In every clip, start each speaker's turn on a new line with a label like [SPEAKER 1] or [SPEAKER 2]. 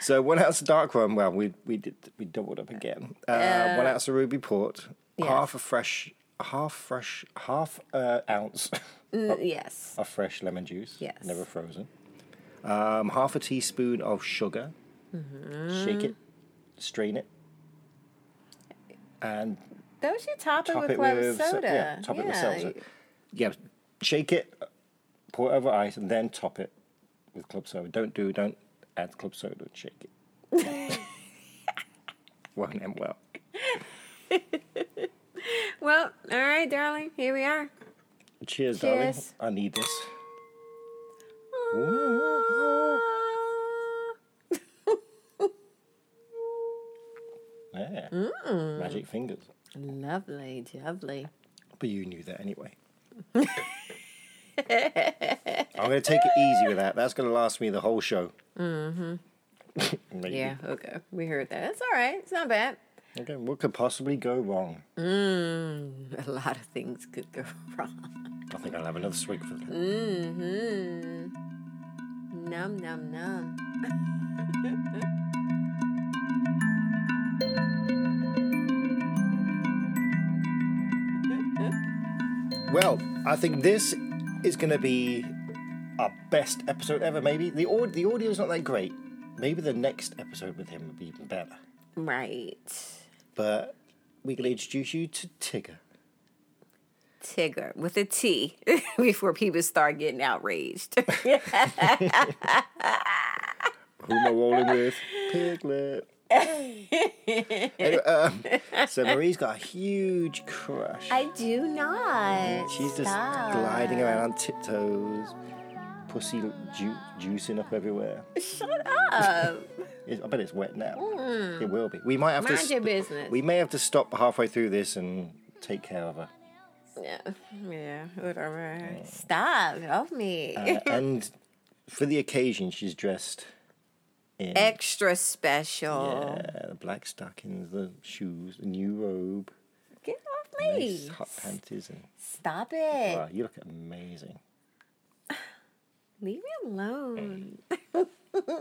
[SPEAKER 1] So one ounce of dark rum. Well, we we did we doubled up again. Uh, one ounce of ruby port.
[SPEAKER 2] yeah.
[SPEAKER 1] Half a fresh, half fresh, half uh, ounce
[SPEAKER 2] Mm, yes.
[SPEAKER 1] of fresh lemon juice.
[SPEAKER 2] Yes.
[SPEAKER 1] Never frozen. Um, half a teaspoon of sugar.
[SPEAKER 2] Mm-hmm.
[SPEAKER 1] Shake it, strain it, and
[SPEAKER 2] Don't you top it
[SPEAKER 1] top
[SPEAKER 2] with
[SPEAKER 1] it
[SPEAKER 2] club
[SPEAKER 1] with so-
[SPEAKER 2] soda?
[SPEAKER 1] yeah, top it with soda. Yeah, shake it, pour it over ice, and then top it with club soda. Don't do don't add club soda and shake it. Won't end well.
[SPEAKER 2] Well, all right, darling. Here we are.
[SPEAKER 1] Cheers, darling.
[SPEAKER 2] Cheers.
[SPEAKER 1] I need this. Oh.
[SPEAKER 2] Ah.
[SPEAKER 1] Yeah.
[SPEAKER 2] Mm.
[SPEAKER 1] Magic fingers.
[SPEAKER 2] Lovely, lovely.
[SPEAKER 1] But you knew that anyway. I'm going to take it easy with that. That's going to last me the whole show. Mm-hmm. Maybe.
[SPEAKER 2] Yeah, okay. We heard that. It's all right. It's not bad.
[SPEAKER 1] Okay, what could possibly go wrong?
[SPEAKER 2] A lot of things could go wrong.
[SPEAKER 1] I think I'll have another swig for that.
[SPEAKER 2] Num, num, num.
[SPEAKER 1] Well, I think this is going to be our best episode ever. Maybe the aud- the audio's not that great. Maybe the next episode with him would be even better.
[SPEAKER 2] Right.
[SPEAKER 1] But we're going to introduce you to Tigger.
[SPEAKER 2] Tigger with a T before people start getting outraged.
[SPEAKER 1] Who am I rolling with? Piglet. Anyway, um, so Marie's got a huge crush.
[SPEAKER 2] I do not.
[SPEAKER 1] She's just
[SPEAKER 2] Stop.
[SPEAKER 1] gliding around on tiptoes, pussy ju- juicing up everywhere.
[SPEAKER 2] Shut up.
[SPEAKER 1] It- I bet it's wet now. It will be. We might have to.
[SPEAKER 2] Hmm. Mind your
[SPEAKER 1] st-
[SPEAKER 2] business.
[SPEAKER 1] We may have to stop halfway through this and take care of her
[SPEAKER 2] yeah. Yeah. Whatever. Stop. Help me.
[SPEAKER 1] Uh, and for the occasion, she's dressed in
[SPEAKER 2] Extra special.
[SPEAKER 1] yeah, the black stockings, the shoes, the new robe,
[SPEAKER 2] Get off
[SPEAKER 1] nice
[SPEAKER 2] me.
[SPEAKER 1] hot panties, and
[SPEAKER 2] Stop it.
[SPEAKER 1] wow, Uh, you look amazing.
[SPEAKER 2] Leave me alone.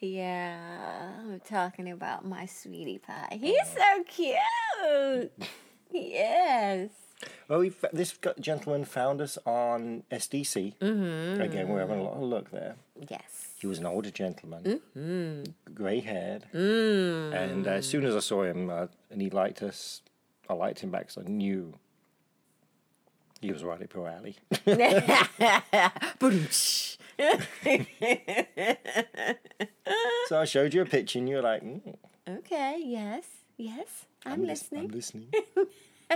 [SPEAKER 2] yeah, I'm talking about my sweetie pie. He's so cute. Yes.
[SPEAKER 1] Well, we fa- this got- gentleman found us on SDC. Mm-hmm. Again, we're having a lot of luck there.
[SPEAKER 2] Yes.
[SPEAKER 1] He was an older gentleman, grey haired. And as soon as I saw him uh, and he liked us, I liked him back because I knew he was right up your alley. so I showed you a picture and you were like, mm,
[SPEAKER 2] Okay, yes. Yes. I'm,
[SPEAKER 1] lis-
[SPEAKER 2] listening.
[SPEAKER 1] I'm listening.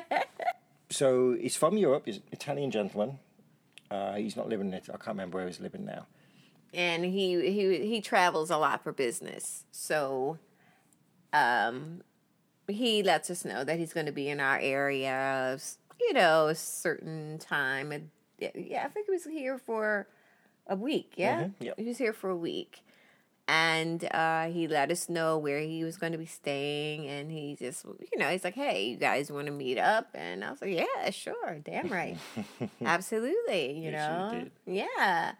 [SPEAKER 1] so he's from Europe, he's an Italian gentleman. Uh, he's not living in it. I can't remember where he's living now.
[SPEAKER 2] and he he he travels a lot for business. So um he lets us know that he's going to be in our area, you know, a certain time. And yeah, I think he was here for a week. Yeah,
[SPEAKER 1] Mhm, yep.
[SPEAKER 2] he was here for a week, and uh, he let us know where he was going to be staying. And he just, you know, he's like, "Hey, you guys want to meet up?" And I was like, "Yeah, sure, damn right, absolutely." You
[SPEAKER 1] Yes, you
[SPEAKER 2] know, yeah.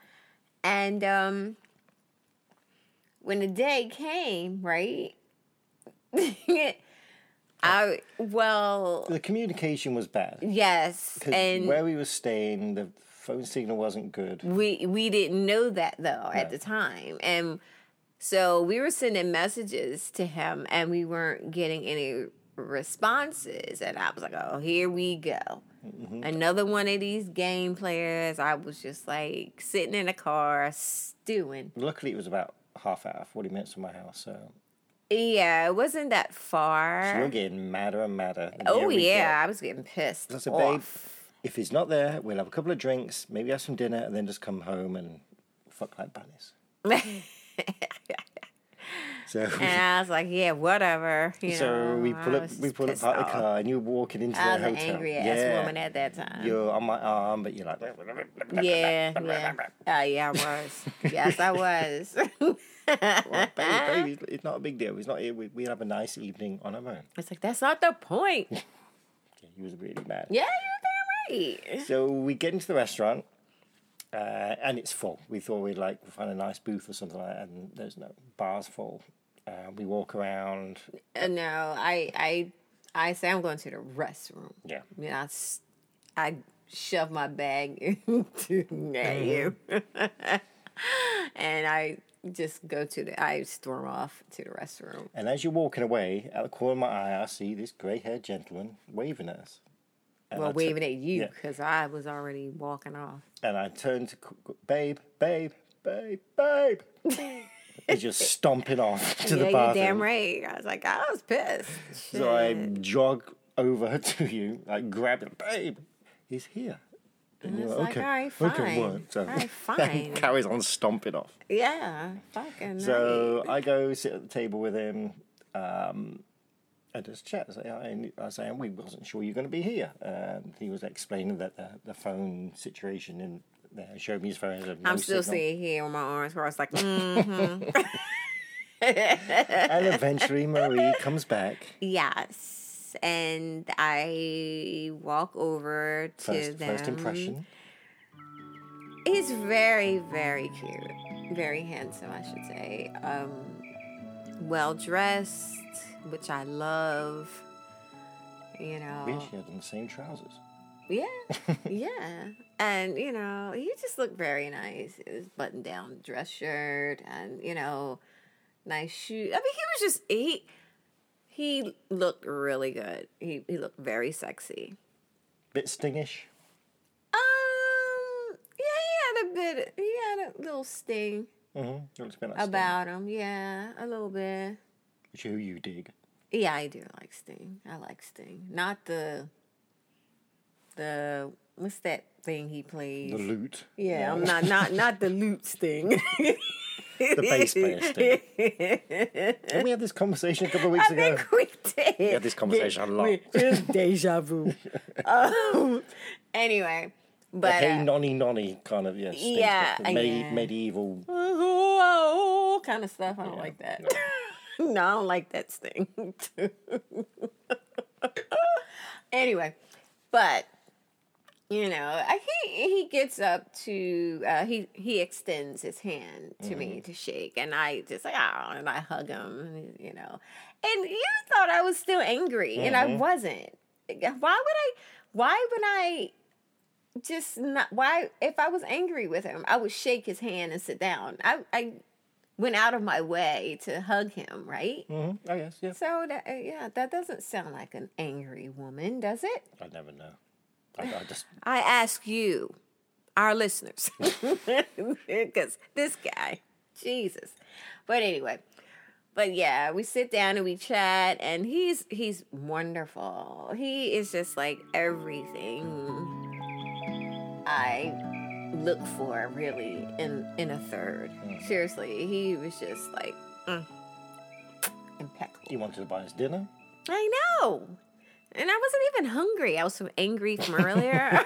[SPEAKER 2] And um, when the day came, right? I well,
[SPEAKER 1] The communication was bad.
[SPEAKER 2] yes,
[SPEAKER 1] 'cause
[SPEAKER 2] and
[SPEAKER 1] where we were staying, the phone signal wasn't good.
[SPEAKER 2] we we didn't know that though at the time, and so we were sending messages to him, and we weren't getting any responses, and I was like, "Oh, here we go."
[SPEAKER 1] Mm-hmm.
[SPEAKER 2] Another one of these game players. I was just like sitting in a car, stewing.
[SPEAKER 1] Luckily, it was about half hour, 40 minutes from my house. So
[SPEAKER 2] Uh-huh. Yeah, it wasn't that far.
[SPEAKER 1] you're getting madder and madder. the
[SPEAKER 2] Oh
[SPEAKER 1] nearer we
[SPEAKER 2] yeah,
[SPEAKER 1] get.
[SPEAKER 2] I was getting pissed.
[SPEAKER 1] I said,
[SPEAKER 2] off.
[SPEAKER 1] babe, If he's not there, we'll have a couple of drinks, maybe have some dinner, and then just come home and fuck like bunnies. So,
[SPEAKER 2] And I was like, yeah, whatever. You
[SPEAKER 1] so
[SPEAKER 2] know,
[SPEAKER 1] we
[SPEAKER 2] I
[SPEAKER 1] pull up,
[SPEAKER 2] was
[SPEAKER 1] we pull up
[SPEAKER 2] pissed
[SPEAKER 1] out of the
[SPEAKER 2] off.
[SPEAKER 1] car, and you're walking into
[SPEAKER 2] I
[SPEAKER 1] the
[SPEAKER 2] was an
[SPEAKER 1] hotel.
[SPEAKER 2] angry ass woman at that time.
[SPEAKER 1] You're on my arm, but you're like,
[SPEAKER 2] yeah, yeah. Uh, yeah, I was. yes, I was.
[SPEAKER 1] well, baby, baby, it's not a big deal. He's not here. We, we'll have a nice evening on our own.
[SPEAKER 2] it's like, that's not the point. Yeah,
[SPEAKER 1] Yeah, He was really mad.
[SPEAKER 2] you're damn right.
[SPEAKER 1] So we get into the restaurant, uh, and it's full. We thought we'd like find a nice booth or something like that, and there's no bar's full. Uh, we walk around.
[SPEAKER 2] Uh, no, I, I, I say I'm going to the restroom.
[SPEAKER 1] Yeah.
[SPEAKER 2] You know, I, s- I shove my bag into
[SPEAKER 1] Mm-hmm.
[SPEAKER 2] at you. and I just go to the, I storm off to the restroom.
[SPEAKER 1] And as you're walking away, out the corner of my eye, I see this grey haired gentleman waving at us. And I
[SPEAKER 2] Well,
[SPEAKER 1] tu-
[SPEAKER 2] waving at you
[SPEAKER 1] yeah.
[SPEAKER 2] because I was already walking off.
[SPEAKER 1] And I turn to c- c- babe, babe, babe, babe. He's just stomping off to
[SPEAKER 2] yeah,
[SPEAKER 1] the
[SPEAKER 2] you're
[SPEAKER 1] bathroom.
[SPEAKER 2] damn right. I was like, I was pissed.
[SPEAKER 1] So I jog over to you, like grab him, babe. He's here. And
[SPEAKER 2] it's like, alright, fine. Alright, fine.
[SPEAKER 1] carries on stomping off.
[SPEAKER 2] yeah, fucking right.
[SPEAKER 1] So I go sit at the table with him. Um, and just chat. So I, I say, we wasn't sure you're going to be here. And he was explaining that the, the phone situation and uh, showed me his phone. No
[SPEAKER 2] I'm still
[SPEAKER 1] signal.
[SPEAKER 2] sitting here on my arms where I was like, mm,
[SPEAKER 1] And eventually Marie comes back.
[SPEAKER 2] yes. And I walk over to
[SPEAKER 1] First,
[SPEAKER 2] them.
[SPEAKER 1] first impression.
[SPEAKER 2] He's very, very cute. Very handsome, I should say. Um, well dressed, which I love. You know.
[SPEAKER 1] Weird, she had on the same trousers.
[SPEAKER 2] Yeah, yeah. And, you know, he just looked very nice. His button down dress shirt and, you know, nice shoes. I mean, he was just, he, he looked really good. He, he looked very sexy.
[SPEAKER 1] Bit stingish.
[SPEAKER 2] Um, yeah, he had a bit, he had a little sting
[SPEAKER 1] Mm-hmm. It looks a bit like sting.
[SPEAKER 2] about him. Yeah, a little bit.
[SPEAKER 1] Which who you dig.
[SPEAKER 2] Yeah, I do like Sting. I like Sting. Not the, the, what's that thing he plays?
[SPEAKER 1] The loot.
[SPEAKER 2] Yeah, I'm not not not the loot sting.
[SPEAKER 1] the bass player sting. Didn't we had this conversation a couple of weeks
[SPEAKER 2] I
[SPEAKER 1] ago?
[SPEAKER 2] think we did. Yeah,
[SPEAKER 1] this conversation a lot.
[SPEAKER 2] Just deja vu. um, anyway,
[SPEAKER 1] The
[SPEAKER 2] but
[SPEAKER 1] hey
[SPEAKER 2] uh,
[SPEAKER 1] nonny nonny kind of yeah. sting
[SPEAKER 2] Yeah,
[SPEAKER 1] stuff. The medi-
[SPEAKER 2] yeah.
[SPEAKER 1] medieval.
[SPEAKER 2] whoa, kind of stuff. I don't like that. No. I don't like that sting. anyway, but you know, I, he he gets up to uh, he he extends his hand to me to shake, and I just like oh, and I hug him, you know. And you thought I was still angry, and I wasn't. Why would I? Why would I? Just not why. If I was angry with him, I would shake his hand and sit down. I I went out of my way to hug him, right?
[SPEAKER 1] Mm-hmm. I guess yeah.
[SPEAKER 2] So that uh, yeah, that doesn't sound like an angry woman, does it?
[SPEAKER 1] I never know. I, I just
[SPEAKER 2] I ask you, our listeners, because this guy, Jesus. But anyway, but yeah, we sit down and we chat, and he's he's wonderful. He is just like everything I look for, really, in in a third. Seriously, he was just like mm, impeccable.
[SPEAKER 1] he wanted to buy us dinner.
[SPEAKER 2] I know. And I wasn't even hungry. I was so angry from earlier.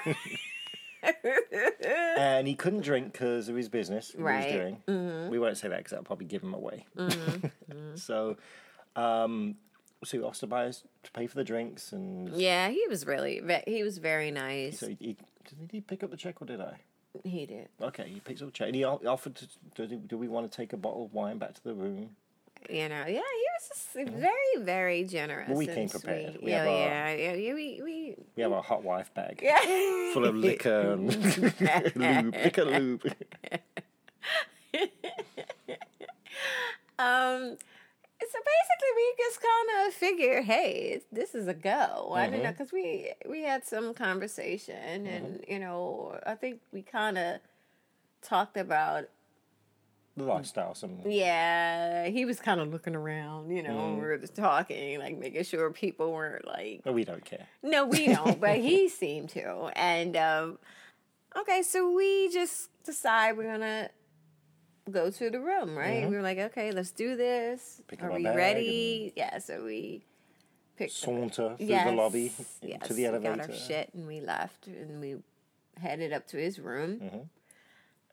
[SPEAKER 1] And he couldn't drink because of his business that
[SPEAKER 2] Right. Mm-hmm.
[SPEAKER 1] he was doing. We won't say that because that'll probably give him away. so, um, so he asked to buy us to pay for the drinks, and
[SPEAKER 2] yeah, he was really, ve- he was very nice.
[SPEAKER 1] so he, he, did he pick up the check or did I?
[SPEAKER 2] He did.
[SPEAKER 1] Okay, he picks up a check. And he o- offered to, do, do we want to take a bottle of wine back to the room?
[SPEAKER 2] You know, yeah, he was just very, very generous.
[SPEAKER 1] Well, we came
[SPEAKER 2] and
[SPEAKER 1] prepared.
[SPEAKER 2] sweet.
[SPEAKER 1] We
[SPEAKER 2] yeah,
[SPEAKER 1] have our-
[SPEAKER 2] yeah, yeah, yeah, we, we,
[SPEAKER 1] We have our hot wife bag
[SPEAKER 2] yeah.
[SPEAKER 1] full of liquor and lube, liquor lube.
[SPEAKER 2] Um, so basically, we just kind of figured, hey, this is a go. I don't know
[SPEAKER 1] Mm-hmm.
[SPEAKER 2] because we we had some conversation, and you know, I think we kind of talked about
[SPEAKER 1] the lifestyle, something.
[SPEAKER 2] Yeah, he was kind of looking around, you know,
[SPEAKER 1] Mm.
[SPEAKER 2] when we were just talking, like making sure people weren't like,
[SPEAKER 1] Oh, we don't care.
[SPEAKER 2] no, we don't, but he seemed to. And um, okay, so we just decide we're gonna go to the room, right? We were like, okay, let's do this.
[SPEAKER 1] Mm-hmm. Pick up
[SPEAKER 2] Are
[SPEAKER 1] our
[SPEAKER 2] we
[SPEAKER 1] bag
[SPEAKER 2] ready? Yeah, so we picked up-
[SPEAKER 1] Saunter through
[SPEAKER 2] Yes,
[SPEAKER 1] the lobby
[SPEAKER 2] yes,
[SPEAKER 1] to the elevator.
[SPEAKER 2] We got our shit and we left and we headed up to his room.
[SPEAKER 1] Mm-hmm.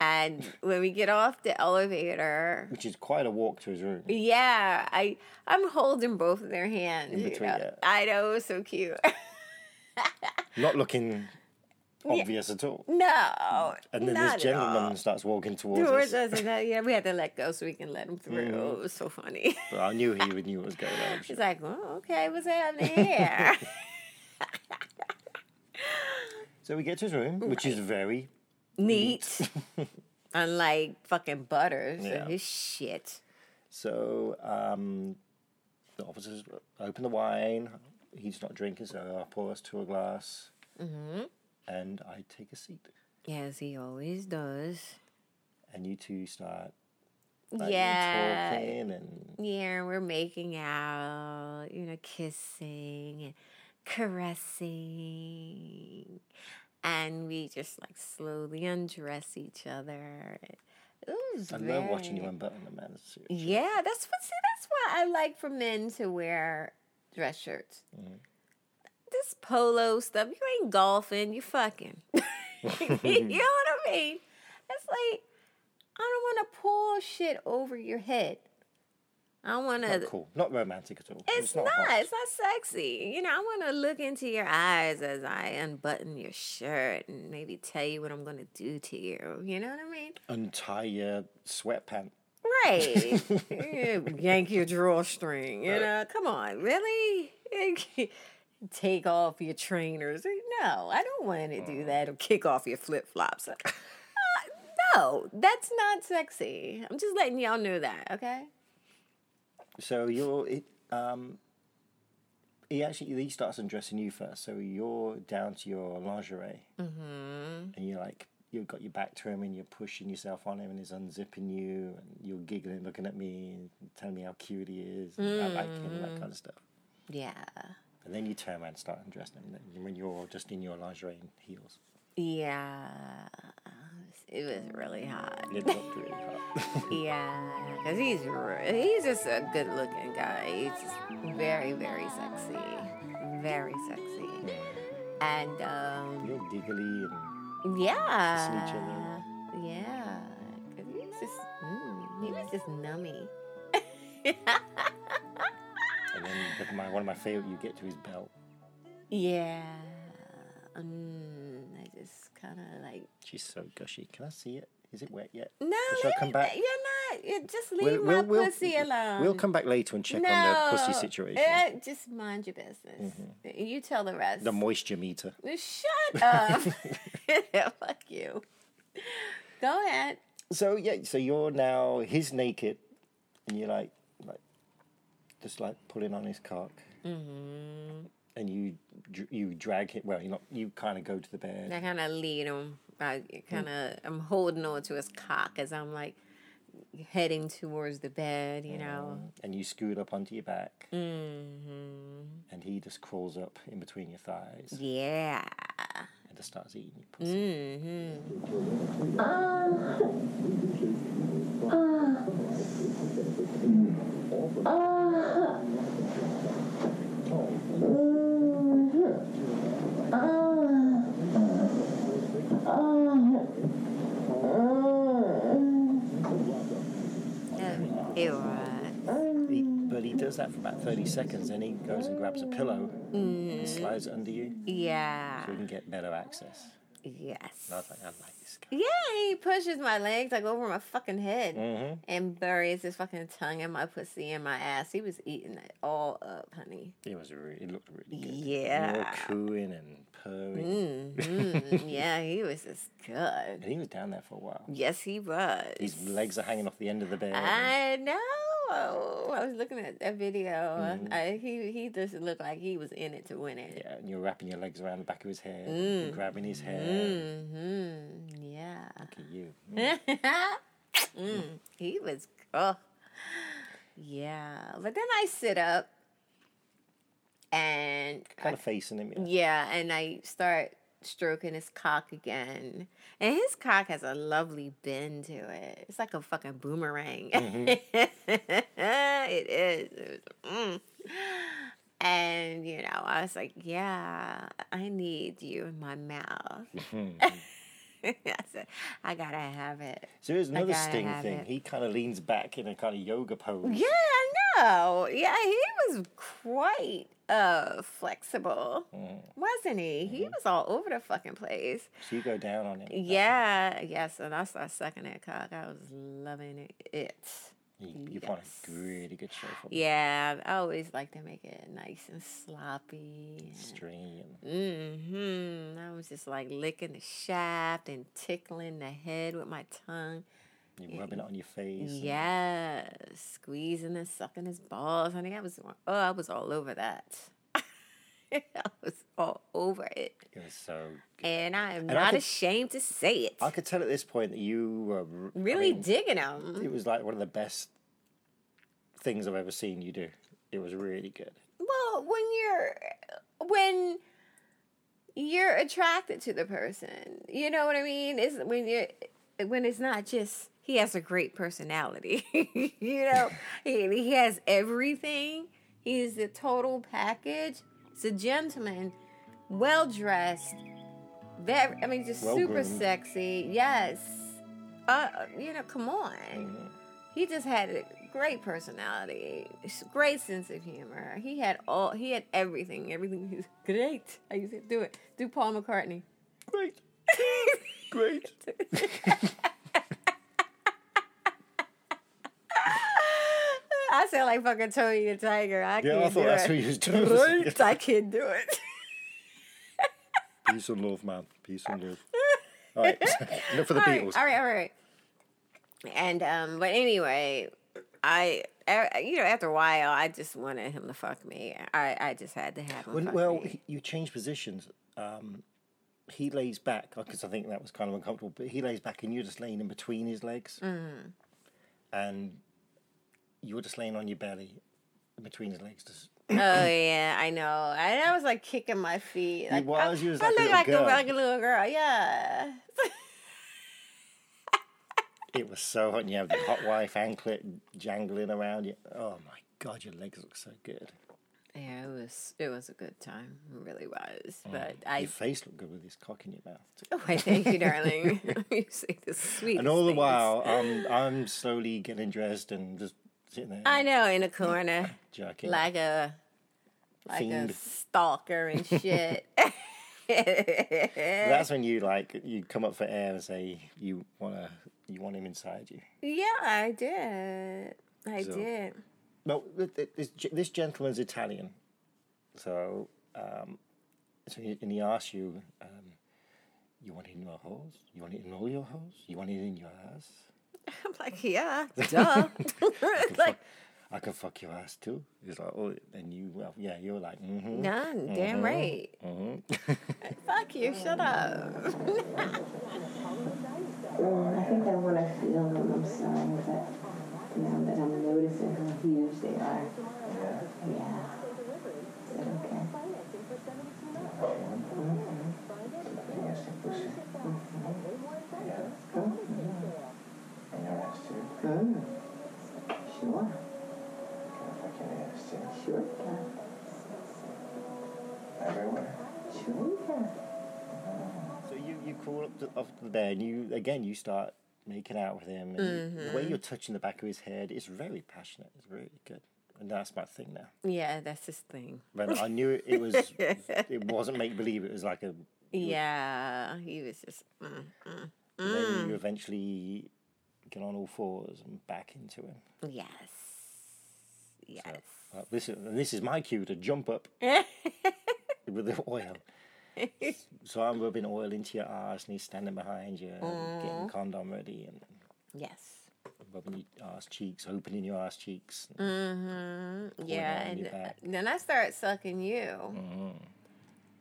[SPEAKER 2] And when we get off the elevator,
[SPEAKER 1] Which is quite a walk to his room.
[SPEAKER 2] yeah, I I'm holding both of their hands. you
[SPEAKER 1] between,
[SPEAKER 2] know?
[SPEAKER 1] yeah.
[SPEAKER 2] I know, it was so cute.
[SPEAKER 1] Not looking obvious at all.
[SPEAKER 2] no,
[SPEAKER 1] And then
[SPEAKER 2] not
[SPEAKER 1] this
[SPEAKER 2] at all.
[SPEAKER 1] gentleman starts walking towards
[SPEAKER 2] George
[SPEAKER 1] us.
[SPEAKER 2] doesn't know. Yeah, we had to let go so we can let him through.
[SPEAKER 1] Mm-hmm.
[SPEAKER 2] It was so funny.
[SPEAKER 1] But I knew he would knew what was going on.
[SPEAKER 2] He's like, oh, okay, what's happening here?
[SPEAKER 1] So we get to his room, which is very
[SPEAKER 2] Neat. Unlike fucking Butters
[SPEAKER 1] Yeah.
[SPEAKER 2] and his shit.
[SPEAKER 1] So um, the officers open the wine. He's not drinking, so I pour us to a glass. Mm-hmm. And I take a seat.
[SPEAKER 2] Yes, he always does.
[SPEAKER 1] And you two start like,
[SPEAKER 2] yeah.
[SPEAKER 1] talking and
[SPEAKER 2] Yeah, we're making out, you know, kissing and caressing. And we just like slowly undress each other. It was
[SPEAKER 1] I
[SPEAKER 2] very...
[SPEAKER 1] love watching you unbutton a man's suit.
[SPEAKER 2] Yeah, that's what. See, that's why I like for men to wear dress shirts.
[SPEAKER 1] Mm-hmm.
[SPEAKER 2] This polo stuff. You ain't golfing. You fucking. you know what I mean? It's like I don't want to pull shit over your head. I want
[SPEAKER 1] Not
[SPEAKER 2] to.
[SPEAKER 1] cool. Not romantic at all.
[SPEAKER 2] Uh, It's, not.
[SPEAKER 1] hot.
[SPEAKER 2] It's not sexy. You know, I want to look into your eyes as I unbutton your shirt and maybe tell you what I'm gonna do to you. You know what I mean?
[SPEAKER 1] Untie your sweatpant.
[SPEAKER 2] Right. Yeah, Yank your drawstring. You know, come on, really? Take off your trainers. No, I don't want to do that or kick off your flip flops. Uh, no, that's not sexy. I'm just letting y'all know that, okay?
[SPEAKER 1] So you're it. Um, he actually he starts undressing you first. So you're down to your lingerie, mm-hmm. and you're like you've got your back to him, and you're pushing yourself on him, and he's unzipping you, and you're giggling, looking at me, and telling me how cute he is, and I like him, that kind of stuff.
[SPEAKER 2] Yeah.
[SPEAKER 1] And then you turn around and start undressing him and then when you're just in your lingerie and heels.
[SPEAKER 2] Yeah. It was really hot.
[SPEAKER 1] It looked really hot.
[SPEAKER 2] Yeah, because he's re- he's just a good looking guy. He's just very very sexy, very sexy, and um,
[SPEAKER 1] you're giggly and Just each
[SPEAKER 2] yeah,
[SPEAKER 1] other.
[SPEAKER 2] yeah. 'Cause he was just mm, he was just nummy.
[SPEAKER 1] and then the- my, one of my favorite you get to his belt.
[SPEAKER 2] Yeah, mm, I just kind of like
[SPEAKER 1] She's so gushy. Can I see it? Is it wet yet?
[SPEAKER 2] no.
[SPEAKER 1] Shall I
[SPEAKER 2] leave
[SPEAKER 1] come
[SPEAKER 2] it-
[SPEAKER 1] back?
[SPEAKER 2] You're not. You just leave my pussy alone.
[SPEAKER 1] We'll come back later and check
[SPEAKER 2] no,
[SPEAKER 1] on the pussy situation. Mm-hmm.
[SPEAKER 2] eh, just mind your business. You tell the rest.
[SPEAKER 1] The moisture meter.
[SPEAKER 2] Shut up. Fuck you. Go ahead.
[SPEAKER 1] So yeah, so you're now he's naked, and you're like, like, just like pulling on his cock, mm-hmm. and you dr- you drag him. Well, you not you kind of go to the bed.
[SPEAKER 2] I kind of lead him. I kind of, I'm holding on to his cock as I'm like heading towards the bed, you know.
[SPEAKER 1] and you scoot up onto your back,
[SPEAKER 2] Oh.
[SPEAKER 1] mm-hmm. and he just crawls up in between your thighs
[SPEAKER 2] Mm. Yeah.
[SPEAKER 1] and just starts eating your pussy.
[SPEAKER 2] Mm-hmm. Uh, Ew. uh,
[SPEAKER 1] He, but he does that for about thirty seconds, then he goes and grabs a pillow and slides it under you,
[SPEAKER 2] Yeah.
[SPEAKER 1] so you can get better access.
[SPEAKER 2] Yes.
[SPEAKER 1] And I was like, I like this guy.
[SPEAKER 2] Yeah, he pushes my legs like over my fucking head and buries his fucking tongue in my pussy and my ass. He was eating it all up, honey.
[SPEAKER 1] It was re- it looked really good.
[SPEAKER 2] Yeah.
[SPEAKER 1] More cooing and purring.
[SPEAKER 2] Mm, yeah, he was just good.
[SPEAKER 1] And he was down there for a while.
[SPEAKER 2] Yes, he was.
[SPEAKER 1] His legs are hanging off the end of the bed. and
[SPEAKER 2] I know. I was looking at that video. I, he he just looked like he was in it to win it.
[SPEAKER 1] yeah, and you're wrapping your legs around the back of his head,
[SPEAKER 2] Mm.
[SPEAKER 1] and grabbing his hair.
[SPEAKER 2] Mm-hmm. Yeah.
[SPEAKER 1] Look at you.
[SPEAKER 2] yeah. He was, oh, yeah. But then I sit up and
[SPEAKER 1] Kind of facing him. Yeah.
[SPEAKER 2] yeah, and I start stroking his cock again. And his cock has a lovely bend to it. It's like a fucking boomerang. it is. It was, mm. And, you know, I was like, yeah, I need you in my mouth. I said, I gotta have it.
[SPEAKER 1] So here's another
[SPEAKER 2] gotta
[SPEAKER 1] Sting
[SPEAKER 2] have
[SPEAKER 1] thing.
[SPEAKER 2] it.
[SPEAKER 1] He kind of leans back in a kind of yoga pose.
[SPEAKER 2] Yeah, I know. Yeah, he was quite uh flexible, wasn't he? He was all over the fucking place.
[SPEAKER 1] Mm. So you go down on him.
[SPEAKER 2] Yeah, yes, and I started sucking that cock. I was loving it.
[SPEAKER 1] You, you find a really good show for
[SPEAKER 2] Yeah, I always like to make it nice and sloppy.
[SPEAKER 1] stringy. And
[SPEAKER 2] Mm-hmm. I was just like licking the shaft and tickling the head with my tongue.
[SPEAKER 1] you're rubbing it on your face. and-
[SPEAKER 2] Yeah, squeezing and sucking his balls. I think I was oh, I was all over that. I was all over it,
[SPEAKER 1] It was so.
[SPEAKER 2] and I am
[SPEAKER 1] I
[SPEAKER 2] not
[SPEAKER 1] could-
[SPEAKER 2] ashamed to say it.
[SPEAKER 1] I could tell at this point that you were r- I
[SPEAKER 2] really
[SPEAKER 1] mean,
[SPEAKER 2] digging him.
[SPEAKER 1] it was like one of the best things I've ever seen you do. It was really good.
[SPEAKER 2] Well, when you're when you're attracted to the person, you know what I mean. Is when you are when it's not just he has a great personality. you know, he, he has everything. He's the total package. He's a gentleman, well dressed. Very, I mean, just super
[SPEAKER 1] Well-groomed.
[SPEAKER 2] sexy. Yes. Uh, you know, come on. He just had a great personality, s- great sense of humor. He had all, he had everything. Everything he was great. I used to do it. Do Paul McCartney.
[SPEAKER 1] Great, great.
[SPEAKER 2] I sound like fucking Tony the Tiger. I
[SPEAKER 1] Yeah,
[SPEAKER 2] can't
[SPEAKER 1] I thought
[SPEAKER 2] do
[SPEAKER 1] that's
[SPEAKER 2] it.
[SPEAKER 1] what you was doing.
[SPEAKER 2] Right? I can't do it.
[SPEAKER 1] Peace and love, man. Peace and love. All right, enough for the
[SPEAKER 2] all right,
[SPEAKER 1] Beatles.
[SPEAKER 2] all right, all right. And um, but anyway, I, I you know after a while I just wanted him to fuck me. I I just had to have him.
[SPEAKER 1] When-
[SPEAKER 2] fuck
[SPEAKER 1] well,
[SPEAKER 2] me.
[SPEAKER 1] he- you change positions. Um, he lays back because I think that was kind of uncomfortable. But he lays back, and you're just laying in between his legs,
[SPEAKER 2] Mm.
[SPEAKER 1] and you're just laying on your belly in between his legs. Just,
[SPEAKER 2] oh yeah, I know. And I was like kicking my feet. Like,
[SPEAKER 1] was,
[SPEAKER 2] I,
[SPEAKER 1] you was
[SPEAKER 2] I
[SPEAKER 1] like a
[SPEAKER 2] look
[SPEAKER 1] little
[SPEAKER 2] like
[SPEAKER 1] girl.
[SPEAKER 2] a like a little girl. Yeah.
[SPEAKER 1] it was so hot, and you have the hot wife anklet jangling around you. Oh my god, your legs look so good.
[SPEAKER 2] Yeah, it was it was a good time. It really was.
[SPEAKER 1] Mm.
[SPEAKER 2] But I
[SPEAKER 1] Your face looked good with this cock in your mouth.
[SPEAKER 2] oh, I thank you, darling. you say the sweet.
[SPEAKER 1] And all the while, um, I'm slowly getting dressed and just sitting there
[SPEAKER 2] I know in a corner.
[SPEAKER 1] jerking.
[SPEAKER 2] like a like a
[SPEAKER 1] Fiend.
[SPEAKER 2] stalker and shit.
[SPEAKER 1] That's when you like you come up for air and say you wanna you want him inside you.
[SPEAKER 2] yeah, I did. I
[SPEAKER 1] So-
[SPEAKER 2] did.
[SPEAKER 1] Well, th- th- this, ge- this gentleman's Italian, so um, so he, and he asks you, um, you want it in your holes? You want it in all your holes? You want it in your ass?
[SPEAKER 2] I'm like, yeah, duh. It's like,
[SPEAKER 1] I can fuck your ass too. He's like, oh, and you, well, yeah, you're like, mm-hmm.
[SPEAKER 2] none. Damn right. Fuck you. Shut up.
[SPEAKER 1] Mm-hmm.
[SPEAKER 3] Well, I think I want to feel them. I'm sorry that now that I'm noticing how huge they are. Yeah. Is that okay? Mm. Sure. Sure, you can. Sure, you can.
[SPEAKER 1] So you, you crawl up to, up to there and you again you start making out with him. And The way you're touching the back of his head is very passionate. It's really good, and that's my thing now.
[SPEAKER 2] Yeah, that's his thing.
[SPEAKER 1] But I knew it, it was it wasn't make believe. It was like a.
[SPEAKER 2] Yeah, he was just. Mm.
[SPEAKER 1] Then you eventually get on all fours and back into him.
[SPEAKER 2] Yes. Yes.
[SPEAKER 1] Like, this is and this is my cue to jump up with the oil. So I'm rubbing oil into your ass, and he's standing behind you, and getting condom ready, and
[SPEAKER 2] Yes.
[SPEAKER 1] rubbing your ass cheeks, opening your ass cheeks.
[SPEAKER 2] Mm-hmm. Yeah,
[SPEAKER 1] down
[SPEAKER 2] and
[SPEAKER 1] your back. Mm-hmm.
[SPEAKER 2] then I start sucking you.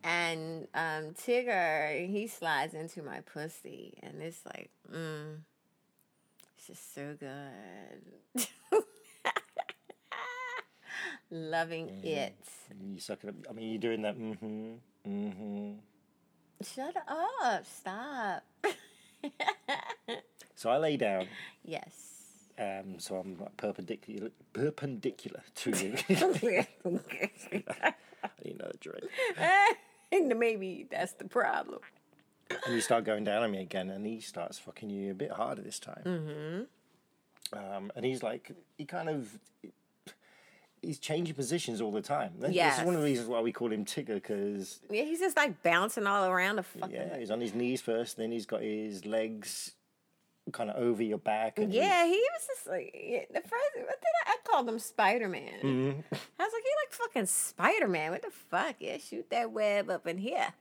[SPEAKER 2] And um, Tigger, he slides into my pussy, and it's like, mm, It's just so good. Loving
[SPEAKER 1] Mm-hmm.
[SPEAKER 2] it.
[SPEAKER 1] You suck it up. I mean, you're doing that. Mm-hmm. Mm-hmm.
[SPEAKER 2] Shut up. Stop.
[SPEAKER 1] So I lay down.
[SPEAKER 2] Yes.
[SPEAKER 1] Um, so I'm like perpendicular, perpendicular to you. I need another drink.
[SPEAKER 2] and maybe that's the problem.
[SPEAKER 1] And you start going down on me again, and he starts fucking you a bit harder this time. Mm-hmm.
[SPEAKER 2] Mm-hmm.
[SPEAKER 1] Um, and he's like, he kind of, he's changing positions all the time. This- This is one of the
[SPEAKER 2] Yes.
[SPEAKER 1] reasons why we call him Tigger, because
[SPEAKER 2] Yeah, he's just like bouncing all around the fucking.
[SPEAKER 1] yeah, he's on his knees first, then he's got his legs kind of over your back. And he's-
[SPEAKER 2] Yeah, he was just like yeah, the first. What did I, I called him Spider Man? I was like, he like fucking Spider Man. What the fuck? Yeah, shoot that web up in here.